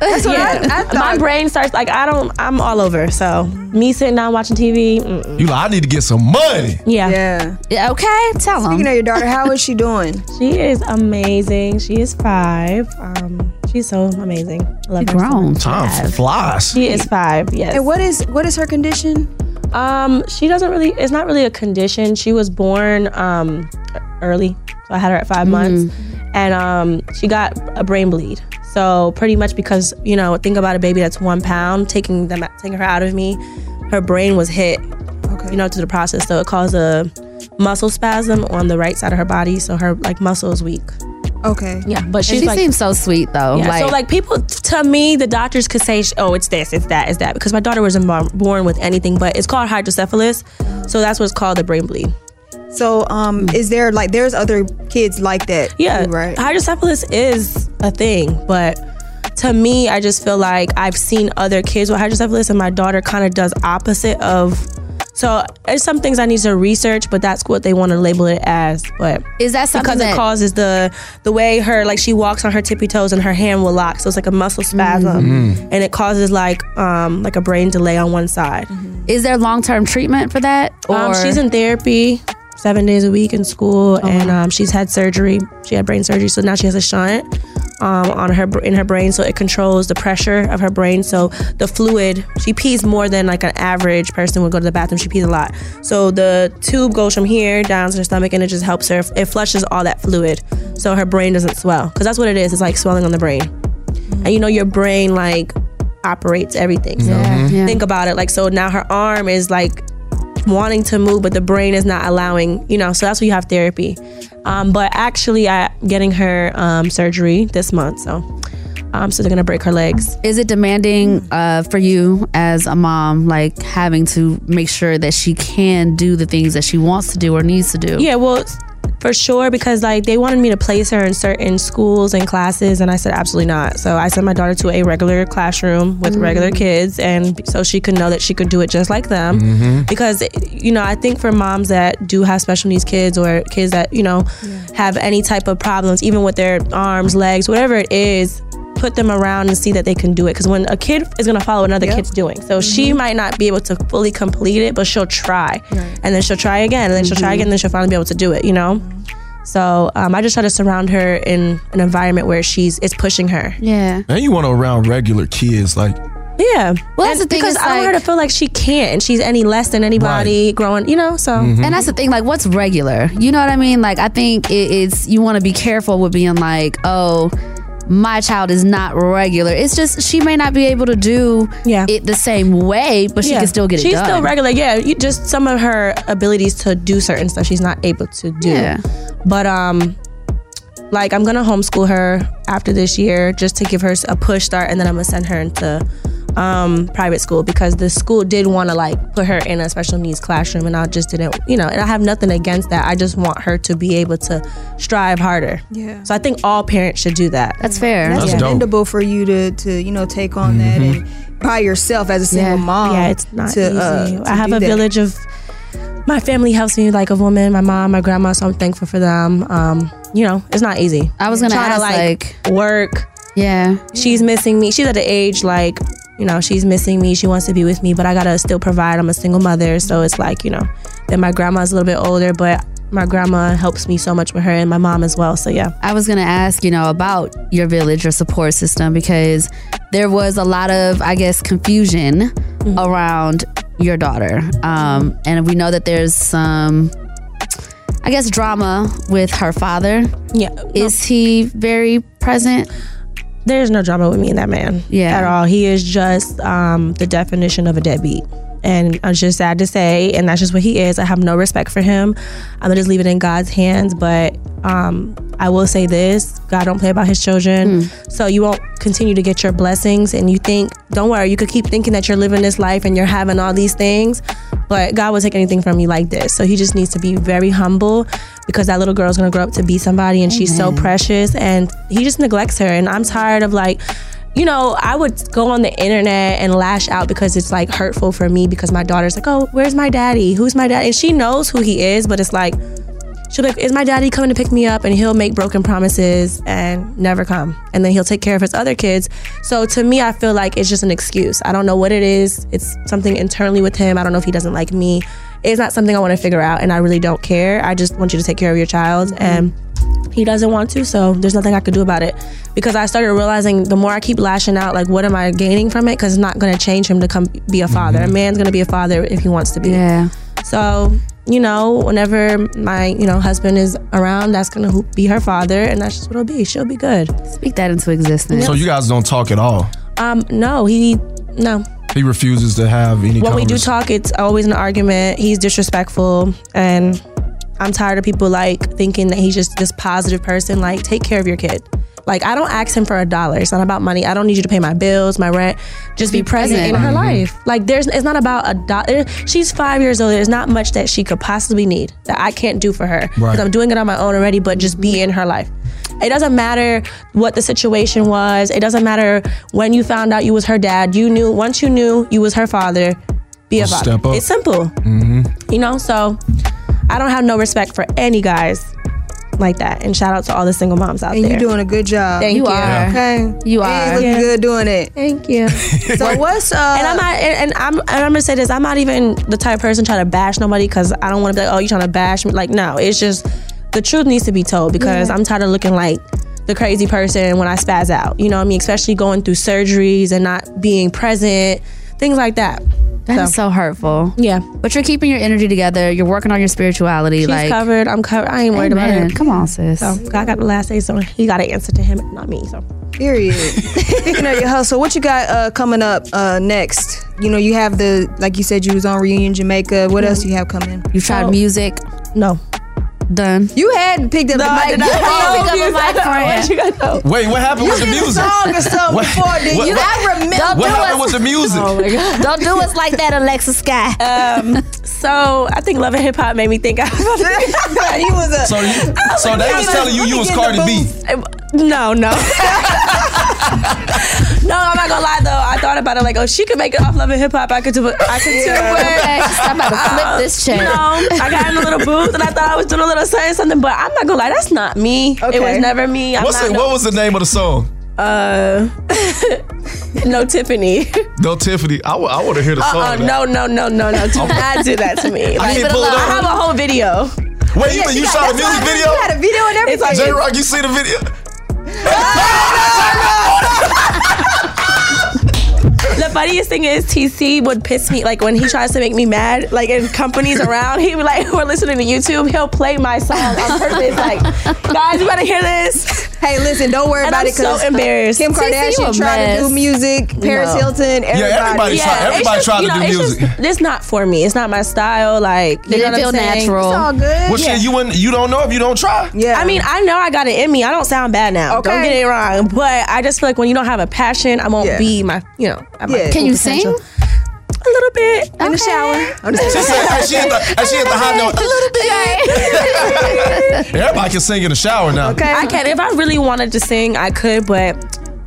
[SPEAKER 3] That's what I- I thought.
[SPEAKER 6] My brain starts like I don't. I'm all over. So me sitting down watching TV. Mm-mm.
[SPEAKER 5] You like I need to get some money.
[SPEAKER 6] Yeah.
[SPEAKER 3] Yeah.
[SPEAKER 4] Yeah, okay. Tell them.
[SPEAKER 3] Speaking of your daughter, how is she doing?
[SPEAKER 6] (laughs) She is amazing. She is five. Um, she's so amazing. I love her. so much.
[SPEAKER 5] Time flies.
[SPEAKER 6] She is five. Yes.
[SPEAKER 3] And what is what is her condition?
[SPEAKER 6] Um, she doesn't really. It's not really a condition. She was born um early, so I had her at
[SPEAKER 3] Mm-hmm.
[SPEAKER 6] 5 months, and um she got a brain bleed. So pretty much because you know think about a baby that's one pound taking them taking her out of me, her brain was hit. You know through the process, so it caused a muscle spasm on the right side of her body, so her like muscle is weak.
[SPEAKER 3] Okay.
[SPEAKER 6] Yeah, but she's
[SPEAKER 4] she
[SPEAKER 6] like-
[SPEAKER 4] seems so sweet though.
[SPEAKER 6] Yeah,
[SPEAKER 4] Oh, like,
[SPEAKER 6] so like people to me, the doctors could say, "Oh, it's this, it's that, it's that," because my daughter wasn't bo- born with anything, but it's called hydrocephalus, so that's what's called the brain bleed.
[SPEAKER 3] So um, is there like there's other kids like that?
[SPEAKER 6] Hmm. Yeah,
[SPEAKER 3] too, right.
[SPEAKER 6] Hydrocephalus is a thing, but to me, I just feel like I've seen other kids with hydrocephalus, and my daughter kind of does opposite of. So it's some things I need to research, but that's what they want to label it as. But
[SPEAKER 4] Is that something
[SPEAKER 6] because
[SPEAKER 4] that-
[SPEAKER 6] it causes the the way her like she walks on her tippy toes and her hand will lock, so it's like a muscle spasm,
[SPEAKER 4] Mhm.
[SPEAKER 6] and it causes like um like a brain delay on one side.
[SPEAKER 4] Mm-hmm. is there long term treatment for that? Or Oh,
[SPEAKER 6] Um, she's in therapy seven days a week in school, and um, she's had surgery. She had brain surgery, so now she has a shunt um, on her br- in her brain, so it controls the pressure of her brain. So the fluid she pees more than like an average person would go to the bathroom. She pees a lot, so the tube goes from here down to her stomach, and it just helps her. It flushes all that fluid, so her brain doesn't swell. Cause that's what it is. It's like swelling on the brain, and you know your brain like operates everything. So
[SPEAKER 4] Yeah. Yeah.
[SPEAKER 6] think about it. Like so now her arm is like wanting to move, but the brain is not allowing, you know, so that's why you have therapy. Um, but actually, I'm getting her um, surgery this month, so um, so they're gonna break her legs.
[SPEAKER 4] Is it demanding uh, for you as a mom, like having to make sure that she can do the things that she wants to do or needs to do?
[SPEAKER 6] Yeah, well, for sure, because like they wanted me to place her in certain schools and classes, and I said absolutely not. So I sent my daughter to a regular classroom with
[SPEAKER 4] Mm.
[SPEAKER 6] regular kids, and so she could know that she could do it just like them.
[SPEAKER 4] Mhm.
[SPEAKER 6] Because you know, I think for moms that do have special needs kids or kids that you know have any type of problems, even with their arms, legs, whatever it is. Put them around and see that they can do it. Because when a kid is gonna follow another
[SPEAKER 4] Yep. Mm-hmm.
[SPEAKER 6] kid's doing, so she might not be able to fully complete it, but she'll try, and then she'll try again, and then she'll try
[SPEAKER 4] Mhm.
[SPEAKER 6] again, and then she'll finally be able to do it. You know.
[SPEAKER 4] Mm-hmm.
[SPEAKER 6] So um, I just try to surround her in an environment where she's it's pushing her.
[SPEAKER 4] Yeah.
[SPEAKER 5] And you want to around regular kids like
[SPEAKER 6] Yeah.
[SPEAKER 4] Well, that's the thing,
[SPEAKER 6] Because
[SPEAKER 4] it's
[SPEAKER 6] I don't want her
[SPEAKER 4] like-
[SPEAKER 6] to feel like she can't and she's any less than anybody growing. You know. So
[SPEAKER 4] And that's the thing, like, what's regular? You know what I mean? Like, I think it, it's you want to be careful with being like, oh, my child is not regular. It's just she may not be able to do it the same way, but she
[SPEAKER 6] Yeah.
[SPEAKER 4] can still get it
[SPEAKER 6] She's
[SPEAKER 4] done.
[SPEAKER 6] still regular. Yeah, you just some of her abilities to do certain stuff she's not able to do.
[SPEAKER 4] Yeah.
[SPEAKER 6] But um like I'm going to homeschool her after this year just to give her a push start and then I'm going to send her into um private school because the school did want to like put her in a special needs classroom and I just didn't, you know, and I have nothing against that. I just want her to be able to strive harder.
[SPEAKER 3] Yeah.
[SPEAKER 6] So I think all parents should do that.
[SPEAKER 4] That's fair.
[SPEAKER 3] That's commendable for you to to you know take on that and by yourself as a single mom.
[SPEAKER 6] Mm-hmm. Yeah, it's not
[SPEAKER 3] to,
[SPEAKER 6] easy.
[SPEAKER 3] uh, to
[SPEAKER 6] I have
[SPEAKER 3] do
[SPEAKER 6] a
[SPEAKER 3] that.
[SPEAKER 6] village of my family helps me like a woman, my mom, my grandma, so I'm thankful for them. Um, you know, it's not easy.
[SPEAKER 4] I was gonna
[SPEAKER 6] Trying
[SPEAKER 4] ask,
[SPEAKER 6] to, like, work.
[SPEAKER 4] Yeah.
[SPEAKER 6] She's missing me. She's at the age like, you know, she's missing me. She wants to be with me, but I gotta still provide. I'm a single mother, so it's like, you know, then my grandma's a little bit older, but my grandma helps me so much with her and my mom as well. So yeah.
[SPEAKER 4] I was going to ask, you know, about your village or support system because there was a lot of, I guess, confusion
[SPEAKER 6] Mm-hmm.
[SPEAKER 4] around your daughter. Um, and we know that there's some, I guess, drama with her father.
[SPEAKER 6] Yeah.
[SPEAKER 4] Is he very present?
[SPEAKER 6] There's no drama with me and that man.
[SPEAKER 4] Yeah.
[SPEAKER 6] At all. He is just um, the definition of a deadbeat. And I'm just sad to say, and that's just what he is. I have no respect for him. I'm gonna just leave it in God's hands. But um, I will say this: God don't play about His children. So you won't continue to get your blessings. And you think, don't worry, you could keep thinking that you're living this life and you're having all these things, but God will take anything from you like this. So He just needs to be very humble because that little girl's gonna grow up to be somebody, and she's so precious. And He just neglects her. And I'm tired of like you know, I would go on the internet and lash out because it's like hurtful for me because my daughter's like, oh, where's my daddy? Who's my dad? And she knows who he is, but it's like, she'll be like, is my daddy coming to pick me up? And he'll make broken promises and never come. And then he'll take care of his other kids. So to me, I feel like it's just an excuse. I don't know what it is. It's something internally with him. I don't know if he doesn't like me. It's not something I want to figure out, and I really don't care. I just want you to take care of your child. And he doesn't want to, so there's nothing I could do about it. Because I started realizing the more I keep lashing out, like, what am I gaining from it? Because it's not going to change him to come be a father. A man's going to be a father if he wants to be.
[SPEAKER 4] Mm-hmm. Yeah.
[SPEAKER 6] So, you know, whenever my, you know, husband is around, that's going to be her father, and that's just what it'll be. She'll be good.
[SPEAKER 4] Speak that into existence.
[SPEAKER 5] So you guys don't talk at all.
[SPEAKER 6] Um, no, he, no.
[SPEAKER 5] He refuses to have any.
[SPEAKER 6] when we do
[SPEAKER 5] convers-
[SPEAKER 3] (laughs)
[SPEAKER 6] talk it's always an argument he's disrespectful and i'm tired of people like thinking that he's just this positive person like take care of your kid like i don't ask him for a dollar it's not about money i don't need you to pay my bills my rent just be, present, in her
[SPEAKER 4] Mhm.
[SPEAKER 6] life like there's it's not about a dollar she's five years old there's not much that she could possibly need that i can't do for her because
[SPEAKER 4] Right.
[SPEAKER 6] i'm doing it on my own already but just be in her life it doesn't matter what the situation was it doesn't matter when you found out you was her dad you knew once you knew you was her father be a father.
[SPEAKER 5] Step up.
[SPEAKER 6] It's simple, you know. So I don't have no respect for any guys like that. And shout out to all the single moms out
[SPEAKER 3] And
[SPEAKER 6] there.
[SPEAKER 3] you're doing a good job.
[SPEAKER 6] Thank you.
[SPEAKER 3] Uh, are. Okay.
[SPEAKER 4] You
[SPEAKER 3] Hey,
[SPEAKER 6] are.
[SPEAKER 3] looking
[SPEAKER 6] Yeah.
[SPEAKER 3] good doing it.
[SPEAKER 6] Thank you.
[SPEAKER 5] (laughs)
[SPEAKER 3] So what's uh?
[SPEAKER 6] and I'm not, and, and I'm, and I'm gonna say this. I'm not even the type of person trying to bash nobody because I don't want to be like, oh, you trying to bash me? Like, no. It's just the truth needs to be told because
[SPEAKER 4] Yeah.
[SPEAKER 6] I'm tired of looking like the crazy person when I spaz out. You know what I mean? Especially going through surgeries and not being present, things like that.
[SPEAKER 4] That is so hurtful.
[SPEAKER 6] Yeah.
[SPEAKER 4] But you're keeping your energy together. You're working on your spirituality.
[SPEAKER 6] She's
[SPEAKER 4] like
[SPEAKER 6] covered. I'm covered. I ain't worried about
[SPEAKER 4] Amen.
[SPEAKER 6] it.
[SPEAKER 4] Come on, sis.
[SPEAKER 6] So God got the last say, so he got to answer to him, not me. So
[SPEAKER 3] (laughs) Period. Speaking of your hustle, what you got uh, coming up uh, next? You know, you have the like you said you was on reunion Jamaica. What else you have coming? Oh.
[SPEAKER 4] You tried music?
[SPEAKER 6] No.
[SPEAKER 4] Done.
[SPEAKER 3] You had picked up
[SPEAKER 4] No,
[SPEAKER 3] the
[SPEAKER 4] I
[SPEAKER 3] mic.
[SPEAKER 4] did not.
[SPEAKER 3] You
[SPEAKER 4] I
[SPEAKER 3] had
[SPEAKER 4] picked up the mic,
[SPEAKER 3] (laughs)
[SPEAKER 4] friend.
[SPEAKER 3] What you got though?
[SPEAKER 5] Wait, what happened
[SPEAKER 3] You
[SPEAKER 5] with the
[SPEAKER 3] did a
[SPEAKER 5] music?
[SPEAKER 3] song or something
[SPEAKER 5] What-
[SPEAKER 3] before, didn't
[SPEAKER 5] what-
[SPEAKER 3] you?
[SPEAKER 5] what-
[SPEAKER 3] I remember.
[SPEAKER 5] What
[SPEAKER 3] Don't do
[SPEAKER 5] happened
[SPEAKER 3] us- Oh
[SPEAKER 5] with the music?
[SPEAKER 4] (laughs) Don't do us like that, Alexa Sky.
[SPEAKER 6] Oh Um, so I think Love and Hip Hop made me (laughs) think I was about to
[SPEAKER 3] You was a-
[SPEAKER 5] So you-
[SPEAKER 6] I
[SPEAKER 5] so
[SPEAKER 6] like,
[SPEAKER 5] they
[SPEAKER 6] yeah,
[SPEAKER 5] was
[SPEAKER 6] let-
[SPEAKER 5] telling you
[SPEAKER 6] let
[SPEAKER 5] you
[SPEAKER 6] me
[SPEAKER 5] was
[SPEAKER 6] get in the
[SPEAKER 5] Cardi B.
[SPEAKER 6] booth. Uh, No, (laughs) no. no, I'm not gonna lie though. I thought about it like, oh, she could make it off Love and Hip Hop. I could do it. I could do
[SPEAKER 4] Yeah.
[SPEAKER 6] it.
[SPEAKER 4] Okay, I'm about to flip this
[SPEAKER 6] You
[SPEAKER 4] chair.
[SPEAKER 6] know, I got in a little booth and I thought I was doing a little something, something, but I'm not gonna lie, that's not me. It was never me. I'm
[SPEAKER 5] What's
[SPEAKER 6] not
[SPEAKER 5] the,
[SPEAKER 6] no-
[SPEAKER 5] what was the name of the song?
[SPEAKER 6] Uh, (laughs) no, Tiffany. (laughs)
[SPEAKER 5] No, Tiffany. I want to hear the song.
[SPEAKER 6] Uh-uh,
[SPEAKER 5] of that.
[SPEAKER 6] no, no, no, no, no.
[SPEAKER 5] (laughs)
[SPEAKER 6] Do not do that to me.
[SPEAKER 5] I can't pull it
[SPEAKER 6] I
[SPEAKER 5] up.
[SPEAKER 6] have a whole video.
[SPEAKER 5] Wait, you, you shot a music video?
[SPEAKER 3] You had a video and
[SPEAKER 6] It's like-
[SPEAKER 5] J
[SPEAKER 3] everything.
[SPEAKER 5] Rock, you see the video?
[SPEAKER 6] (laughs) The funniest thing is TC would piss me like when he tries to make me mad, like in companies around, he would like (laughs) we're listening to YouTube, he'll play my song on purpose, like, guys, you gotta hear this.
[SPEAKER 3] Hey, listen, don't worry
[SPEAKER 6] and
[SPEAKER 3] about
[SPEAKER 6] I'm
[SPEAKER 3] it because
[SPEAKER 6] so embarrassed.
[SPEAKER 3] Kim Kardashian tried to do music, Paris Hilton, everybody.
[SPEAKER 6] It's just- you know, it's just- It's not for me. It's not my style. Like,
[SPEAKER 3] Did
[SPEAKER 6] you know
[SPEAKER 3] it
[SPEAKER 6] what I'm
[SPEAKER 3] feel
[SPEAKER 6] saying?
[SPEAKER 3] natural?
[SPEAKER 6] It's all good.
[SPEAKER 5] Well, shit, you wouldn't, you don't know if you don't try.
[SPEAKER 3] Yeah.
[SPEAKER 6] I mean, I know I got it in me. I don't sound bad now. Don't
[SPEAKER 3] Okay.
[SPEAKER 6] get it wrong. But I just feel like when you don't have a passion, I won't
[SPEAKER 3] Yeah.
[SPEAKER 6] be my, you know, at my
[SPEAKER 3] Yeah.
[SPEAKER 6] full
[SPEAKER 3] Can you
[SPEAKER 6] potential. A little bit in the shower.
[SPEAKER 3] I'm
[SPEAKER 5] (laughs) She said, and she hit the, and she hit the high note. A little
[SPEAKER 3] (laughs)
[SPEAKER 6] bit.
[SPEAKER 5] Everybody can sing in the shower now.
[SPEAKER 6] okay. I can. If I really wanted to sing, I could, but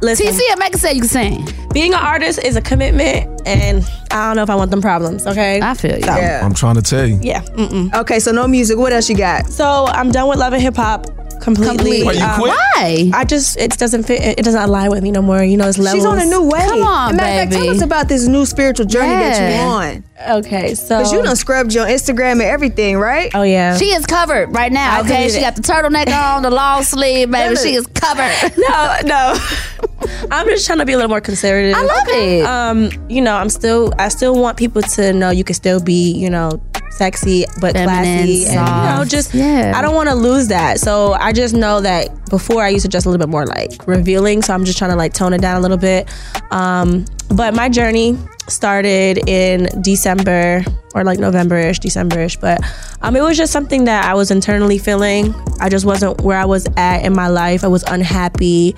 [SPEAKER 6] listen.
[SPEAKER 4] TC and Mecca said you can sing.
[SPEAKER 6] Being an artist is a commitment, and I don't know if I want them problems, okay? I
[SPEAKER 4] feel you.
[SPEAKER 3] Yeah.
[SPEAKER 5] I'm trying to tell you.
[SPEAKER 6] Yeah. Mm-mm.
[SPEAKER 3] Okay, so no music. What else you got?
[SPEAKER 6] So I'm done with Love and Hip Hop completely.
[SPEAKER 3] Completely. Why, you quit?
[SPEAKER 6] Why? I just it doesn't fit. It, it doesn't align with me no more. You know, it's levels.
[SPEAKER 3] She's on a new way.
[SPEAKER 6] Come on,
[SPEAKER 3] Matter of fact,
[SPEAKER 6] baby.
[SPEAKER 3] tell us about this new spiritual journey that
[SPEAKER 6] Yeah.
[SPEAKER 3] you're on.
[SPEAKER 6] Okay, so
[SPEAKER 3] because you done scrubbed your Instagram and everything, right?
[SPEAKER 6] (laughs) Oh yeah.
[SPEAKER 4] She is covered right now.
[SPEAKER 3] I
[SPEAKER 4] Okay,
[SPEAKER 3] did
[SPEAKER 4] she
[SPEAKER 3] it.
[SPEAKER 4] got the turtleneck on, the long sleeve, baby.
[SPEAKER 6] Look.
[SPEAKER 4] She is covered.
[SPEAKER 6] no,
[SPEAKER 3] (laughs)
[SPEAKER 6] no. I'm just trying to be a little more conservative.
[SPEAKER 4] I love it.
[SPEAKER 6] Um, you know, I'm still I still want people to know you can still be, you know, sexy but classy and you know,
[SPEAKER 4] soft.
[SPEAKER 6] just
[SPEAKER 4] Yeah.
[SPEAKER 6] I don't want to lose that. So I just know that before I used to dress a little bit more like revealing, so I'm just trying to like tone it down a little bit. Um, but my journey started in December or like November-ish, December-ish, but um, it was just something that I was internally feeling. I just wasn't where I was at in my life. I was unhappy.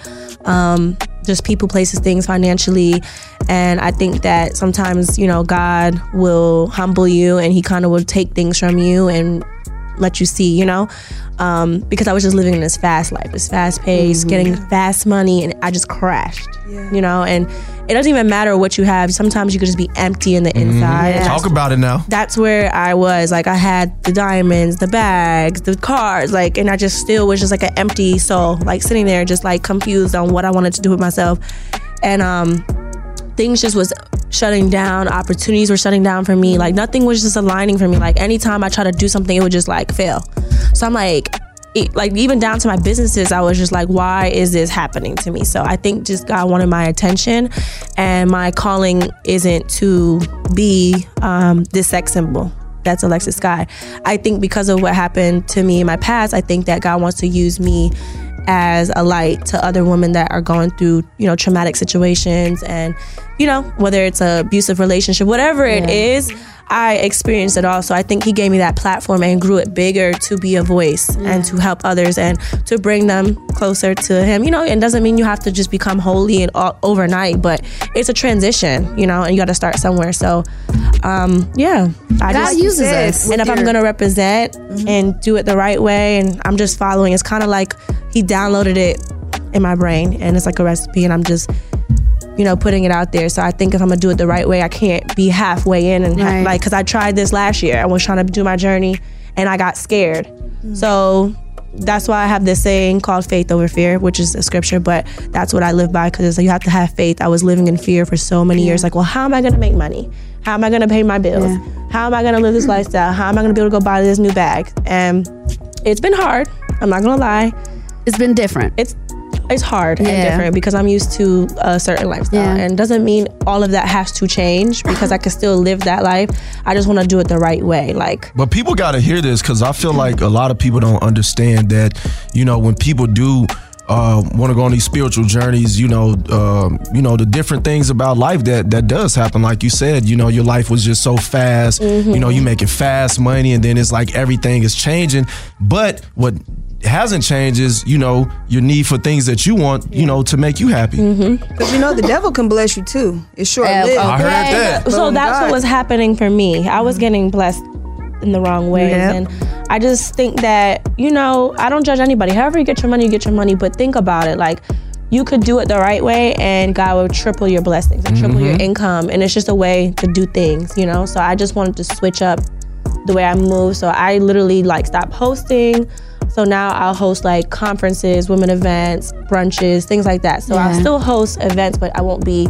[SPEAKER 6] Um, just people, places, things financially. And I think that sometimes, you know, God will humble you and he kind of will take things from you and let you see, you know? Um, because I was just living in this fast life, this fast pace,
[SPEAKER 4] Mhm.
[SPEAKER 6] getting fast money, and I just crashed, you know? And it doesn't even matter what you have. Sometimes you could just be empty in the inside. And
[SPEAKER 5] Mm-hmm. Talk
[SPEAKER 6] that's-
[SPEAKER 5] about it now.
[SPEAKER 6] that's where I was. Like I had the diamonds, the bags, the cars, like, and I just still was just like an empty soul, like sitting there, just like confused on what I wanted to do with myself, and um, things just was shutting down. Opportunities were shutting down for me. Like nothing was just aligning for me. Like anytime I try to do something, it would just like fail. So I'm like. It, like even down to my businesses i was just like why is this happening to me so i think just god wanted my attention and my calling isn't to be um, this sex symbol that's Alexis Sky. I think because of what happened to me in my past, I think that God wants to use me as a light to other women that are going through, you know, traumatic situations and, you know, whether it's a abusive relationship, whatever it is, I experienced it all. So I think he gave me that platform and grew it bigger to be a voice and to help others and to bring them closer to him. You know, it doesn't mean you have to just become holy and all, overnight, but it's a transition, you know, and you got to start somewhere. So, um, yeah, I
[SPEAKER 4] God uses us Mm-hmm. with
[SPEAKER 6] And if I'm
[SPEAKER 4] your-
[SPEAKER 6] gonna represent and do it the right way, and I'm just following, it's kind of like he downloaded it in my brain, and it's like a recipe, and I'm just you know putting it out there so i think if i'm gonna do it the right way i can't be halfway in and ha-
[SPEAKER 4] Right.
[SPEAKER 6] like because i tried this last year i was trying to do my journey and i got scared so that's why i have this saying called faith over fear which is a scripture but that's what i live by because it's like you have to have faith i was living in fear for so many years like well how am i gonna make money how am i gonna pay my bills how am i gonna live this lifestyle how am i gonna be able to go buy this new bag and it's been hard i'm not gonna lie
[SPEAKER 4] it's been different
[SPEAKER 6] it's it's hard and
[SPEAKER 4] Yeah.
[SPEAKER 6] different because I'm used to a certain lifestyle.
[SPEAKER 4] Yeah.
[SPEAKER 6] And doesn't mean all of that has to change because I can still live that life. I just want to do it the right way. Like,
[SPEAKER 5] But people got to hear this because I feel like a lot of people don't understand that, you know, when people do uh, want to go on these spiritual journeys, you know, um, you know the different things about life that that does happen. Like you said, you know, your life was just so fast. You know, you making fast money, and then it's like everything is changing. But what hasn't changed is, you know, your need for things that you want, you know, to make you happy.
[SPEAKER 3] Because you know the devil can bless you too. It's short lived.
[SPEAKER 5] I heard that.
[SPEAKER 3] But
[SPEAKER 6] Oh, so
[SPEAKER 3] with
[SPEAKER 6] that's
[SPEAKER 3] God-
[SPEAKER 6] what was happening for me. I was getting blessed in the wrong ways.
[SPEAKER 3] Yep.
[SPEAKER 6] And I just think that, you know, I don't judge anybody. However you get your money, you get your money. But think about it. Like, you could do it the right way and God will triple your blessings and triple your
[SPEAKER 5] Mm-hmm.
[SPEAKER 4] Mhm.
[SPEAKER 6] income. And it's just a way to do things, you know? So I just wanted to switch up the way I move. So I literally like stopped hosting. So now I'll host like conferences, women events, brunches, things like that. So I'll
[SPEAKER 4] Yeah.
[SPEAKER 6] still host events, but I won't be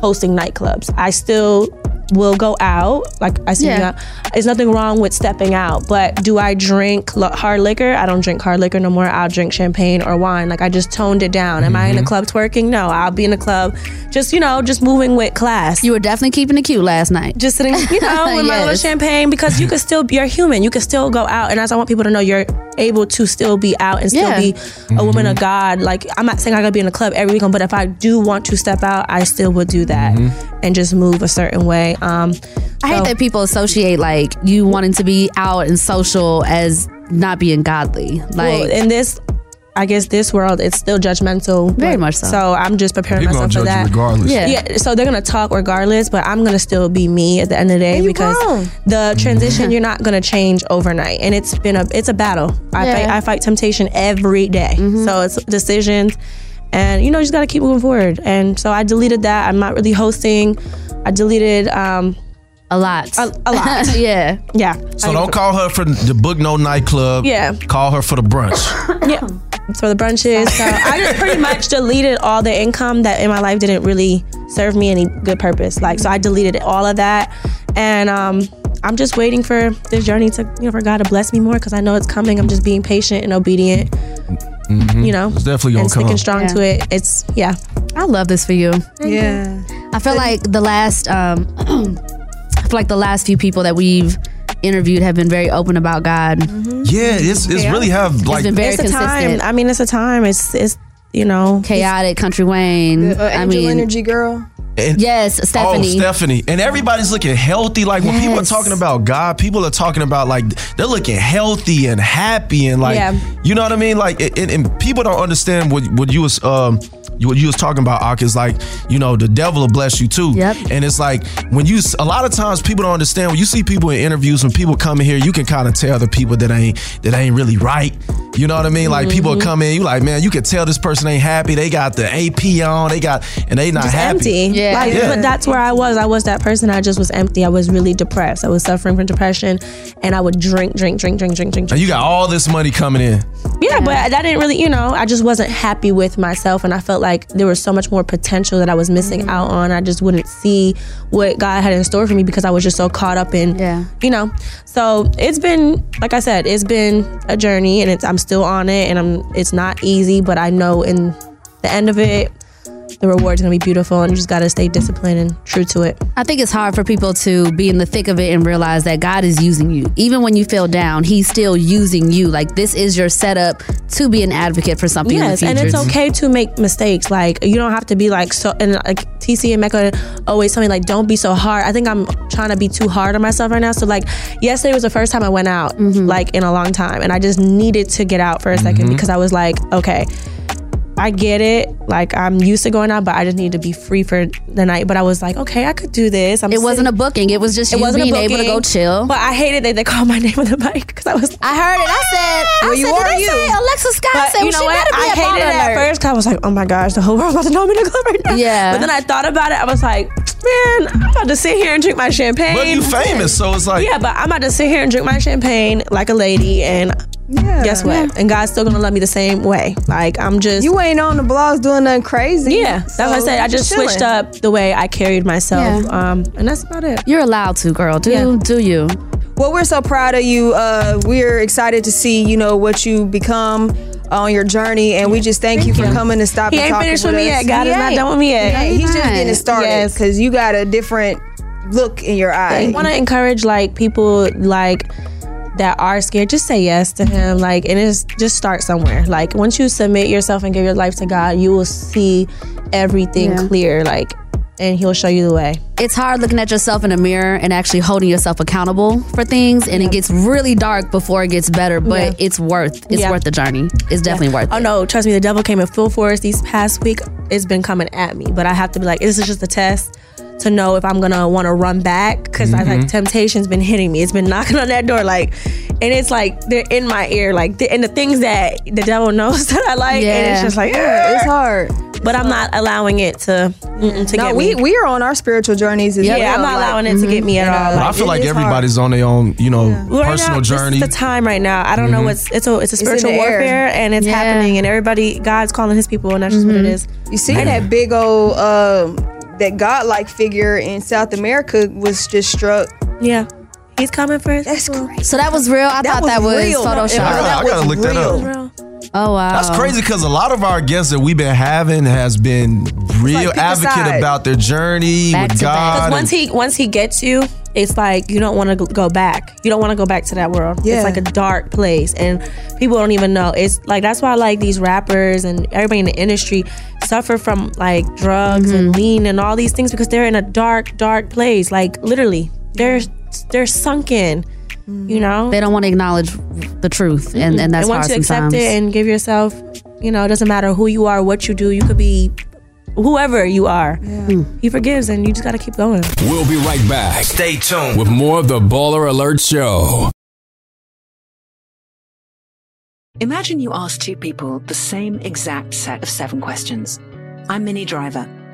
[SPEAKER 6] hosting nightclubs. I still will go out. Like I see
[SPEAKER 4] Yeah.
[SPEAKER 6] you out. There's nothing wrong with stepping out, but do I drink lo- hard liquor? I don't drink hard liquor no more. I'll drink champagne or wine. Like I just toned it down. Am I in a
[SPEAKER 4] Mhm.
[SPEAKER 6] club twerking? No, I'll be in a club. (laughs) Just you know, just moving with class.
[SPEAKER 4] You were definitely keeping it cute last night.
[SPEAKER 6] Just sitting,
[SPEAKER 4] (laughs)
[SPEAKER 6] you know, with my little
[SPEAKER 4] Yes.
[SPEAKER 6] champagne because you can still you're human. You can still go out, and as I want people to know, you're able to still be out and still
[SPEAKER 4] Yeah.
[SPEAKER 6] be a woman of God. Like I'm not saying I gotta be in a club every weekend, but if I do want to step out, I still would do that and just move a certain way. Um,
[SPEAKER 4] I hate that people associate like you wanting to be out and social as not being godly. Like
[SPEAKER 6] well, in this. I guess this world it's still judgmental. Very much so. So I'm just preparing
[SPEAKER 5] People
[SPEAKER 6] myself
[SPEAKER 5] gonna
[SPEAKER 6] for
[SPEAKER 5] judge you
[SPEAKER 6] that.
[SPEAKER 5] regardless.
[SPEAKER 6] Yeah.
[SPEAKER 5] Yeah.
[SPEAKER 6] So they're gonna talk regardless, but I'm gonna still be me at the end of the day because the transition you're not gonna change overnight, and it's been a it's a battle. I
[SPEAKER 4] Yeah. Mm-hmm.
[SPEAKER 6] fight, I fight temptation every day. so it's decisions, and you know you just gotta keep moving forward. And so I deleted that. I'm not really hosting. I deleted um
[SPEAKER 4] a lot,
[SPEAKER 6] a, a lot.
[SPEAKER 4] (laughs) yeah,
[SPEAKER 6] yeah.
[SPEAKER 5] So don't call her for the book no nightclub.
[SPEAKER 6] Yeah.
[SPEAKER 5] Call her for the brunch.
[SPEAKER 6] yeah. So the brunches. So I just (laughs) pretty much deleted all the income that in my life didn't really serve me any good purpose. Like so, I deleted all of that, and um, I'm just waiting for this journey to you know for God to bless me more because I know it's coming. I'm just being patient and obedient.
[SPEAKER 5] Mhm.
[SPEAKER 6] You know,
[SPEAKER 5] Mm-hmm. It's definitely gonna
[SPEAKER 6] and sticking
[SPEAKER 5] come.
[SPEAKER 6] strong to it. It's yeah.
[SPEAKER 4] I love this for you.
[SPEAKER 6] Yeah.
[SPEAKER 4] I feel like the last um (clears throat) I feel like the last few people that we've interviewed have been very open about God.
[SPEAKER 5] Yeah, it's it's
[SPEAKER 4] Yeah.
[SPEAKER 5] really have like
[SPEAKER 4] been very
[SPEAKER 6] it's a time.
[SPEAKER 4] consistent.
[SPEAKER 6] I mean, it's a time. It's it's uh, you know
[SPEAKER 4] chaotic country Wayne. I
[SPEAKER 3] angel
[SPEAKER 4] mean,
[SPEAKER 3] energy girl.
[SPEAKER 5] And-
[SPEAKER 4] yes, Stephanie.
[SPEAKER 5] Oh, Stephanie. And everybody's looking healthy. Like when people are
[SPEAKER 4] Yes.
[SPEAKER 5] talking about God, people are talking about like they're looking healthy and happy and like
[SPEAKER 4] Yeah.
[SPEAKER 5] you know what I mean? Like and, and people don't understand what what you was um what you was talking about, Ak, is like, you know, the devil will bless you too. Yep. And it's like when you s- a lot of times people don't understand when you see people in interviews, when people come in here, you can kind of tell the people that ain't that ain't really right. You know what I mean? Like people
[SPEAKER 4] Mhm.
[SPEAKER 5] come in, you like, man, you can tell this person ain't happy. They got the AP on, they got and they not
[SPEAKER 6] just
[SPEAKER 5] happy.
[SPEAKER 6] empty. Like, But that's where I was. I was that person. I just was empty. I was really depressed. I was suffering from depression, and I would drink, drink, drink, drink, drink, drink.
[SPEAKER 5] And you got all this money coming in.
[SPEAKER 6] Yeah, but that didn't really, you know, I just wasn't happy with myself, and I felt like there was so much more potential that I was missing out on. I just wouldn't see what God had in store for me because I was just so caught up in, yeah. you know. So it's been, like I said, it's been a journey, and it's I'm still on it, and I'm it's not easy, but I know in the end of it, the reward's gonna be beautiful, and you just gotta stay disciplined and true to it.
[SPEAKER 4] I think it's hard for people to be in the thick of it and realize that God is using you. Even when you feel down, He's still using you. Like this is your setup to be an advocate for something.
[SPEAKER 6] Yes,
[SPEAKER 4] in
[SPEAKER 6] and
[SPEAKER 4] the
[SPEAKER 6] it's
[SPEAKER 4] future.
[SPEAKER 6] okay to make mistakes. Like you don't have to be like so. And like TC and Mecca always tell me like, don't be so hard. I think I'm trying to be too hard on myself right now. So like, yesterday was the first time I went out like in a long time, and I just needed to get out for a 2nd
[SPEAKER 4] Mhm.
[SPEAKER 6] because I was like, okay. I get it. Like I'm used to going out, but I just need to be free for the night. But I was like, okay, I could do this. I'm
[SPEAKER 4] It wasn't
[SPEAKER 6] sitting-
[SPEAKER 4] a booking. It was just you being able to go chill.
[SPEAKER 6] But I hated that they called my (laughs) name on the mic because I was.
[SPEAKER 4] I heard it. I said,
[SPEAKER 6] "Where
[SPEAKER 4] I
[SPEAKER 6] you
[SPEAKER 4] said,
[SPEAKER 6] are
[SPEAKER 4] did I
[SPEAKER 6] you?"
[SPEAKER 4] say Alexa Scott
[SPEAKER 6] But
[SPEAKER 4] said,
[SPEAKER 6] you
[SPEAKER 4] well, (laughs)
[SPEAKER 6] know
[SPEAKER 4] she better
[SPEAKER 6] what?
[SPEAKER 4] be
[SPEAKER 6] I
[SPEAKER 4] at
[SPEAKER 6] hated it
[SPEAKER 4] Ball
[SPEAKER 6] at
[SPEAKER 4] Alert.
[SPEAKER 6] first. 'cause I was like, oh my gosh, the whole world's about to know I'm in the club right now.
[SPEAKER 4] Yeah.
[SPEAKER 6] But then I thought about it. I was like, man, I'm about to sit here and drink my champagne.
[SPEAKER 5] But you famous, so it's like
[SPEAKER 6] yeah, but I'm about to sit here and drink my champagne like a lady, and guess what? And God's still gonna love me the same way. Like I'm just
[SPEAKER 3] You ain't on the blogs doing nothing crazy. Yeah,
[SPEAKER 6] that's what I said. I just switched up the way I carried myself, um, and that's about it.
[SPEAKER 4] You're allowed to, girl. Do do you?
[SPEAKER 3] Well, we're so proud of you. Uh, we're excited to see you know what you become on your journey, and we just thank, you for coming and stopping.
[SPEAKER 6] He ain't
[SPEAKER 3] talking
[SPEAKER 6] finished with me
[SPEAKER 3] us.
[SPEAKER 6] yet. God
[SPEAKER 3] He
[SPEAKER 6] is not
[SPEAKER 3] ain't.
[SPEAKER 6] done with me yet.
[SPEAKER 3] He ain't. He's just getting
[SPEAKER 6] Right.
[SPEAKER 3] started
[SPEAKER 6] Yes.
[SPEAKER 3] because you got a different look in your eye.
[SPEAKER 6] I want to encourage like people like that are scared. Just say yes to him. Like and it's just start somewhere. Like once you submit yourself and give your life to God, you will see everything
[SPEAKER 4] Yeah.
[SPEAKER 6] clear. Like and He'll show you the way.
[SPEAKER 4] It's hard looking at yourself in a mirror and actually holding yourself accountable for things, and it gets really dark before it gets better. But
[SPEAKER 6] Yeah.
[SPEAKER 4] it's worth it's
[SPEAKER 6] Yeah.
[SPEAKER 4] worth the journey. It's definitely worth. it.
[SPEAKER 6] Oh no, trust me, the devil came in full force these past week. It's been coming at me, but I have to be like, this is just a test to know if I'm gonna want to run back because I like
[SPEAKER 4] Mhm.
[SPEAKER 6] temptation's been hitting me. It's been knocking on that door, like, and it's like they're in my ear, like, the, and the things that the devil (laughs) knows that I like, and it's
[SPEAKER 3] Yeah.
[SPEAKER 6] just like,
[SPEAKER 3] Yeah, it's
[SPEAKER 6] hard. But I'm not allowing it to mm-mm, to
[SPEAKER 3] no,
[SPEAKER 6] get
[SPEAKER 3] we
[SPEAKER 6] me.
[SPEAKER 3] we are on our spiritual journeys. As
[SPEAKER 6] Yeah,
[SPEAKER 3] well.
[SPEAKER 6] I'm not allowing it to get me at
[SPEAKER 3] you know,
[SPEAKER 6] all.
[SPEAKER 5] But I feel
[SPEAKER 3] it
[SPEAKER 5] like
[SPEAKER 3] is hard.
[SPEAKER 5] everybody's on their own, you know,
[SPEAKER 6] Well, right
[SPEAKER 5] personal
[SPEAKER 6] now,
[SPEAKER 5] journey.
[SPEAKER 6] This is the time right now. I don't know
[SPEAKER 5] Mhm.
[SPEAKER 6] what's it's
[SPEAKER 4] Mm-hmm.
[SPEAKER 6] a it's a
[SPEAKER 3] in
[SPEAKER 6] spiritual
[SPEAKER 3] the air.
[SPEAKER 6] warfare and it's
[SPEAKER 4] Mm-hmm.
[SPEAKER 6] Mm-hmm. happening and everybody God's calling His people and that's just what it is.
[SPEAKER 3] You see that big old um that godlike figure in South America was just struck.
[SPEAKER 6] Yeah. He's coming for us.
[SPEAKER 3] That's crazy.
[SPEAKER 4] So that was real. I thought that was
[SPEAKER 3] real.
[SPEAKER 4] Photoshop.
[SPEAKER 5] I gotta- I gotta look that up.
[SPEAKER 4] Oh wow.
[SPEAKER 5] That's crazy because a lot of our guests that we've been having has been real
[SPEAKER 6] pick a
[SPEAKER 5] advocate
[SPEAKER 6] side.
[SPEAKER 5] about their journey with God.
[SPEAKER 6] Because once
[SPEAKER 5] and-
[SPEAKER 6] he once he gets you, it's like you don't want to go back. You don't want to go back to that world.
[SPEAKER 3] Yeah.
[SPEAKER 6] It's like a dark place, and people don't even know. It's like that's why like these rappers and everybody in the industry suffer from like drugs and
[SPEAKER 4] Mm-hmm.
[SPEAKER 6] lean and all these things because they're in a dark, dark place. Like literally, they're they're sunken. You know,
[SPEAKER 4] Mm-hmm. They don't want to acknowledge the truth, and, and that's
[SPEAKER 6] and once
[SPEAKER 4] hard
[SPEAKER 6] you accept
[SPEAKER 4] sometimes.
[SPEAKER 6] it and give yourself, you know, it doesn't matter who you are, what you do, you could be whoever you are. He forgives, and you just got to keep going.
[SPEAKER 9] We'll be right back. Stay tuned with more of the Baller Alert Show.
[SPEAKER 10] Imagine you ask two people the same exact set of seven questions. I'm Minnie Driver,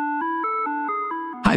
[SPEAKER 15] Hi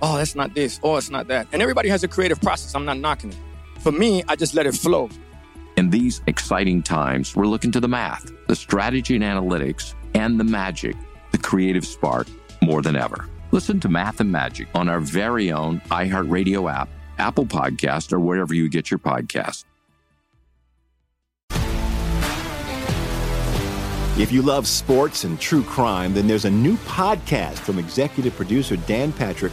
[SPEAKER 16] Oh, that's not this. Oh, it's not that. And everybody has a creative process. I'm not knocking it. For me, I just let it flow.
[SPEAKER 15] In these exciting times, we're looking to the math, the strategy and analytics, and the magic, the creative spark, more than ever. Listen to Math and Magic on our very own iHeartRadio app, Apple Podcast, or wherever you get your podcast.
[SPEAKER 17] If you love sports and true crime, then there's a new podcast from executive producer Dan Patrick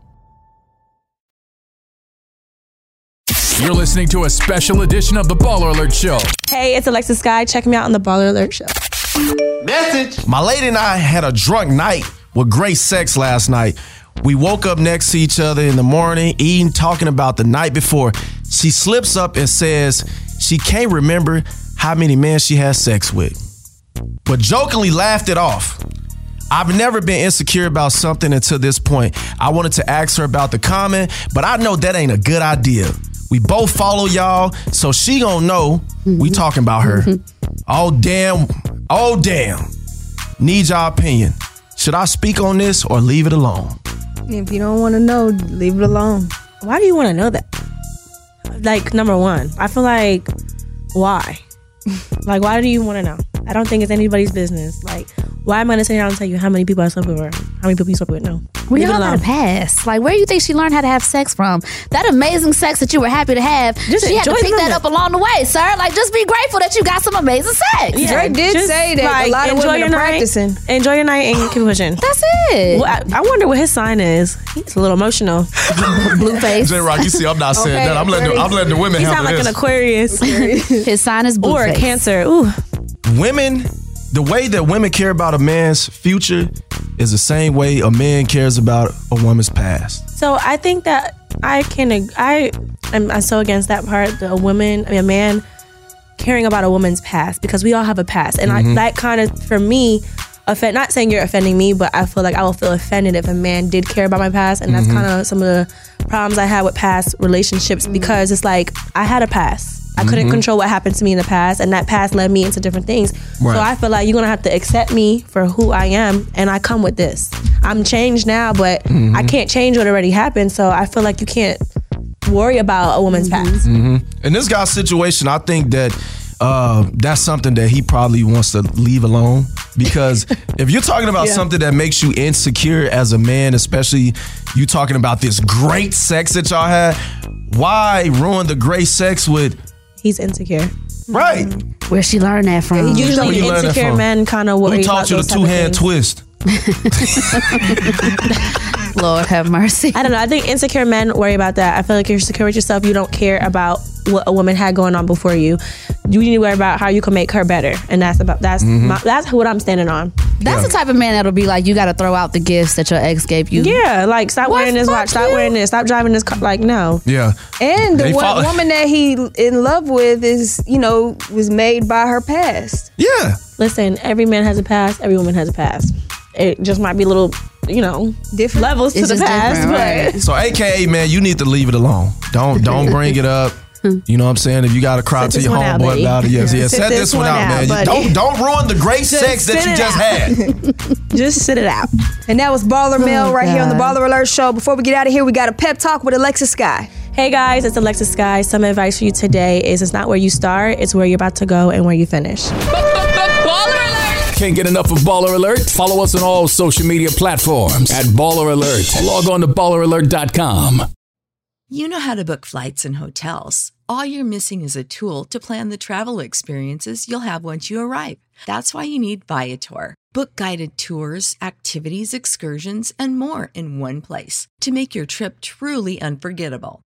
[SPEAKER 9] You're listening to a special edition of the Baller Alert Show.
[SPEAKER 6] Hey, it's Alexa Sky. Check me out on the Baller Alert Show.
[SPEAKER 5] Message. My lady and I had a drunk night with great sex last night. We woke up next to each other in the morning, eating, talking about the night before. She slips up and says she can't remember how many men she had sex with, but jokingly laughed it off. I've never been insecure about something until this point. I wanted to ask her about the comment, but I know that ain't a good idea. We both follow y'all, so she gonna know we talking about her. Oh damn, oh damn. Need y'all opinion. Should I speak on this or leave it alone?
[SPEAKER 3] If you don't want to know, leave it alone.
[SPEAKER 6] Why do you want to know that? Like number one, I feel like
[SPEAKER 4] (laughs)
[SPEAKER 6] why? like why do you want to know? I don't think it's anybody's business. Like why am I gonna sit down and tell you how many people I slept with or how many people you slept with? No,
[SPEAKER 4] We
[SPEAKER 6] Leave it
[SPEAKER 4] all got
[SPEAKER 6] alone.
[SPEAKER 4] a past. Like, where do you think she learned how to have sex from? That amazing sex that you were happy to have,
[SPEAKER 6] Just
[SPEAKER 4] she had to
[SPEAKER 6] enjoy
[SPEAKER 4] pick that
[SPEAKER 6] living.
[SPEAKER 4] up along the way, sir. Like, just be grateful that you got some amazing sex.
[SPEAKER 6] Yeah, just, like, enjoy your night, Enjoy your night and keep pushing.
[SPEAKER 4] That's it.
[SPEAKER 6] Well, I, I wonder what his sign is. He's a little emotional.
[SPEAKER 4] (laughs) Blue face.
[SPEAKER 5] J Rock, you see, I'm not saying that. I'm letting the, I'm letting the women
[SPEAKER 6] He sound
[SPEAKER 5] handle
[SPEAKER 6] like
[SPEAKER 5] this.
[SPEAKER 6] an (laughs)
[SPEAKER 4] (laughs)
[SPEAKER 6] Aquarius.
[SPEAKER 4] His sign is blue
[SPEAKER 6] or a
[SPEAKER 4] face.
[SPEAKER 6] Cancer. Ooh,
[SPEAKER 5] women, the way that women care about a man's future is the same way a man cares about a woman's past.
[SPEAKER 6] So I think that I can. ag- I am. I'm so against that part. The woman, I mean, a man caring about a woman's past because we all have a past, and I,
[SPEAKER 18] Mhm.
[SPEAKER 6] that kind of for me. Offend, not saying you're offending me, but I feel like I will feel offended if a man did care about my past, and that's
[SPEAKER 18] Mhm.
[SPEAKER 6] kind of some of the problems I had with past relationships because it's like I had a past. I couldn't
[SPEAKER 18] Mhm.
[SPEAKER 6] control what happened to me in the past, and that past led me into different things.
[SPEAKER 18] Right.
[SPEAKER 6] So I feel like you're gonna have to accept me for who I am, and I come with this. I'm changed now, but I
[SPEAKER 4] Mm-hmm.
[SPEAKER 5] Mhm.
[SPEAKER 6] can't change what already happened. So I feel like you can't worry about a woman's
[SPEAKER 4] Mm-hmm.
[SPEAKER 6] past.
[SPEAKER 5] hmm In this guy's situation, I think that uh, that's something that he probably wants to leave alone because if you're talking about
[SPEAKER 18] Yeah.
[SPEAKER 5] something that makes you insecure as a man, especially you talking about this great sex that y'all had, why ruin the great sex with?
[SPEAKER 6] He's insecure. Mm-hmm.
[SPEAKER 5] Right.
[SPEAKER 4] Where she learned that from?
[SPEAKER 5] Where
[SPEAKER 6] Usually,
[SPEAKER 5] you learn that
[SPEAKER 6] insecure
[SPEAKER 5] from?
[SPEAKER 6] men kind of worry
[SPEAKER 5] Who taught
[SPEAKER 6] about
[SPEAKER 5] you the
[SPEAKER 6] those type
[SPEAKER 5] two
[SPEAKER 6] of
[SPEAKER 5] hand
[SPEAKER 6] things.
[SPEAKER 5] twist?
[SPEAKER 4] (laughs) Lord have mercy.
[SPEAKER 6] I don't know. I think insecure men worry about that. I feel like you're secure with yourself. You don't care about what a woman had going on before you. You need to worry about how you can make her better, and that's about that's
[SPEAKER 5] Mm-hmm.
[SPEAKER 4] Mhm.
[SPEAKER 6] my, that's what I'm standing on.
[SPEAKER 4] That's the type of man that'll be like, you got to throw out the gifts that your ex gave you.
[SPEAKER 6] Yeah, like stop wearing this watch. Stop wearing this. Stop driving
[SPEAKER 3] (laughs)
[SPEAKER 6] this car. Like no.
[SPEAKER 5] Yeah.
[SPEAKER 3] And the
[SPEAKER 6] They
[SPEAKER 3] one
[SPEAKER 6] follow-
[SPEAKER 3] woman that he in love with is, you know, was made by her past.
[SPEAKER 5] Yeah.
[SPEAKER 6] Listen, every man has a past. Every woman has a past. It just might be little, you know, different levels to
[SPEAKER 3] It's
[SPEAKER 6] the
[SPEAKER 3] just
[SPEAKER 6] past,
[SPEAKER 3] different,
[SPEAKER 6] but
[SPEAKER 3] right.
[SPEAKER 5] So, AKA, man, you need to leave it alone. Don't don't bring it up. You know what I'm saying? If you got to cry
[SPEAKER 18] Sit
[SPEAKER 5] to
[SPEAKER 18] this
[SPEAKER 5] your
[SPEAKER 18] one out,
[SPEAKER 5] homeboy
[SPEAKER 18] buddy.
[SPEAKER 5] Oh, about it, (laughs)
[SPEAKER 3] (laughs)
[SPEAKER 5] yes,
[SPEAKER 18] Yeah.
[SPEAKER 5] yeah.
[SPEAKER 18] Sit
[SPEAKER 5] Set
[SPEAKER 18] this
[SPEAKER 5] this, one
[SPEAKER 18] one
[SPEAKER 5] out,
[SPEAKER 18] out,
[SPEAKER 5] man. You
[SPEAKER 18] buddy.
[SPEAKER 5] Don't don't ruin the great sex that you just had.
[SPEAKER 3] had. just sit it out. And that was Baller Mail right here on the
[SPEAKER 6] God.
[SPEAKER 3] Baller Alert Show. Before we get out of here, we got a pep talk with Alexa Sky.
[SPEAKER 6] Hey guys, it's Alexa Sky. Some advice for you today is it's not where you start, it's where you're about to go and where you finish.
[SPEAKER 9] Can't get enough of Baller Alert? Follow us on all social media platforms at Baller Alert. Log on to balleralert.com.
[SPEAKER 19] You know how to book flights and hotels. All you're missing is a tool to plan the travel experiences you'll have once you arrive. That's why you need Viator. Book guided tours, activities, excursions, and more in one place to make your trip truly unforgettable.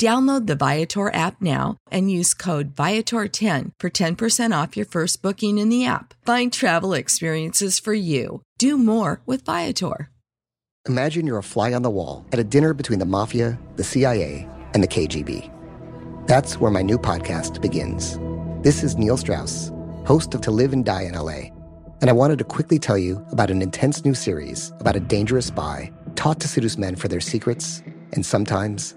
[SPEAKER 19] Download the Viator app now and use code Viator10 for 10% off your first booking in the app. Find travel experiences for you. Do more with Viator.
[SPEAKER 20] Imagine you're a fly on the wall at a dinner between the mafia, the CIA, and the KGB. That's where my new podcast begins. This is Neil Strauss, host of To Live and Die in LA, and I wanted to quickly tell you about an intense new series about a dangerous spy taught to seduce men for their secrets and sometimes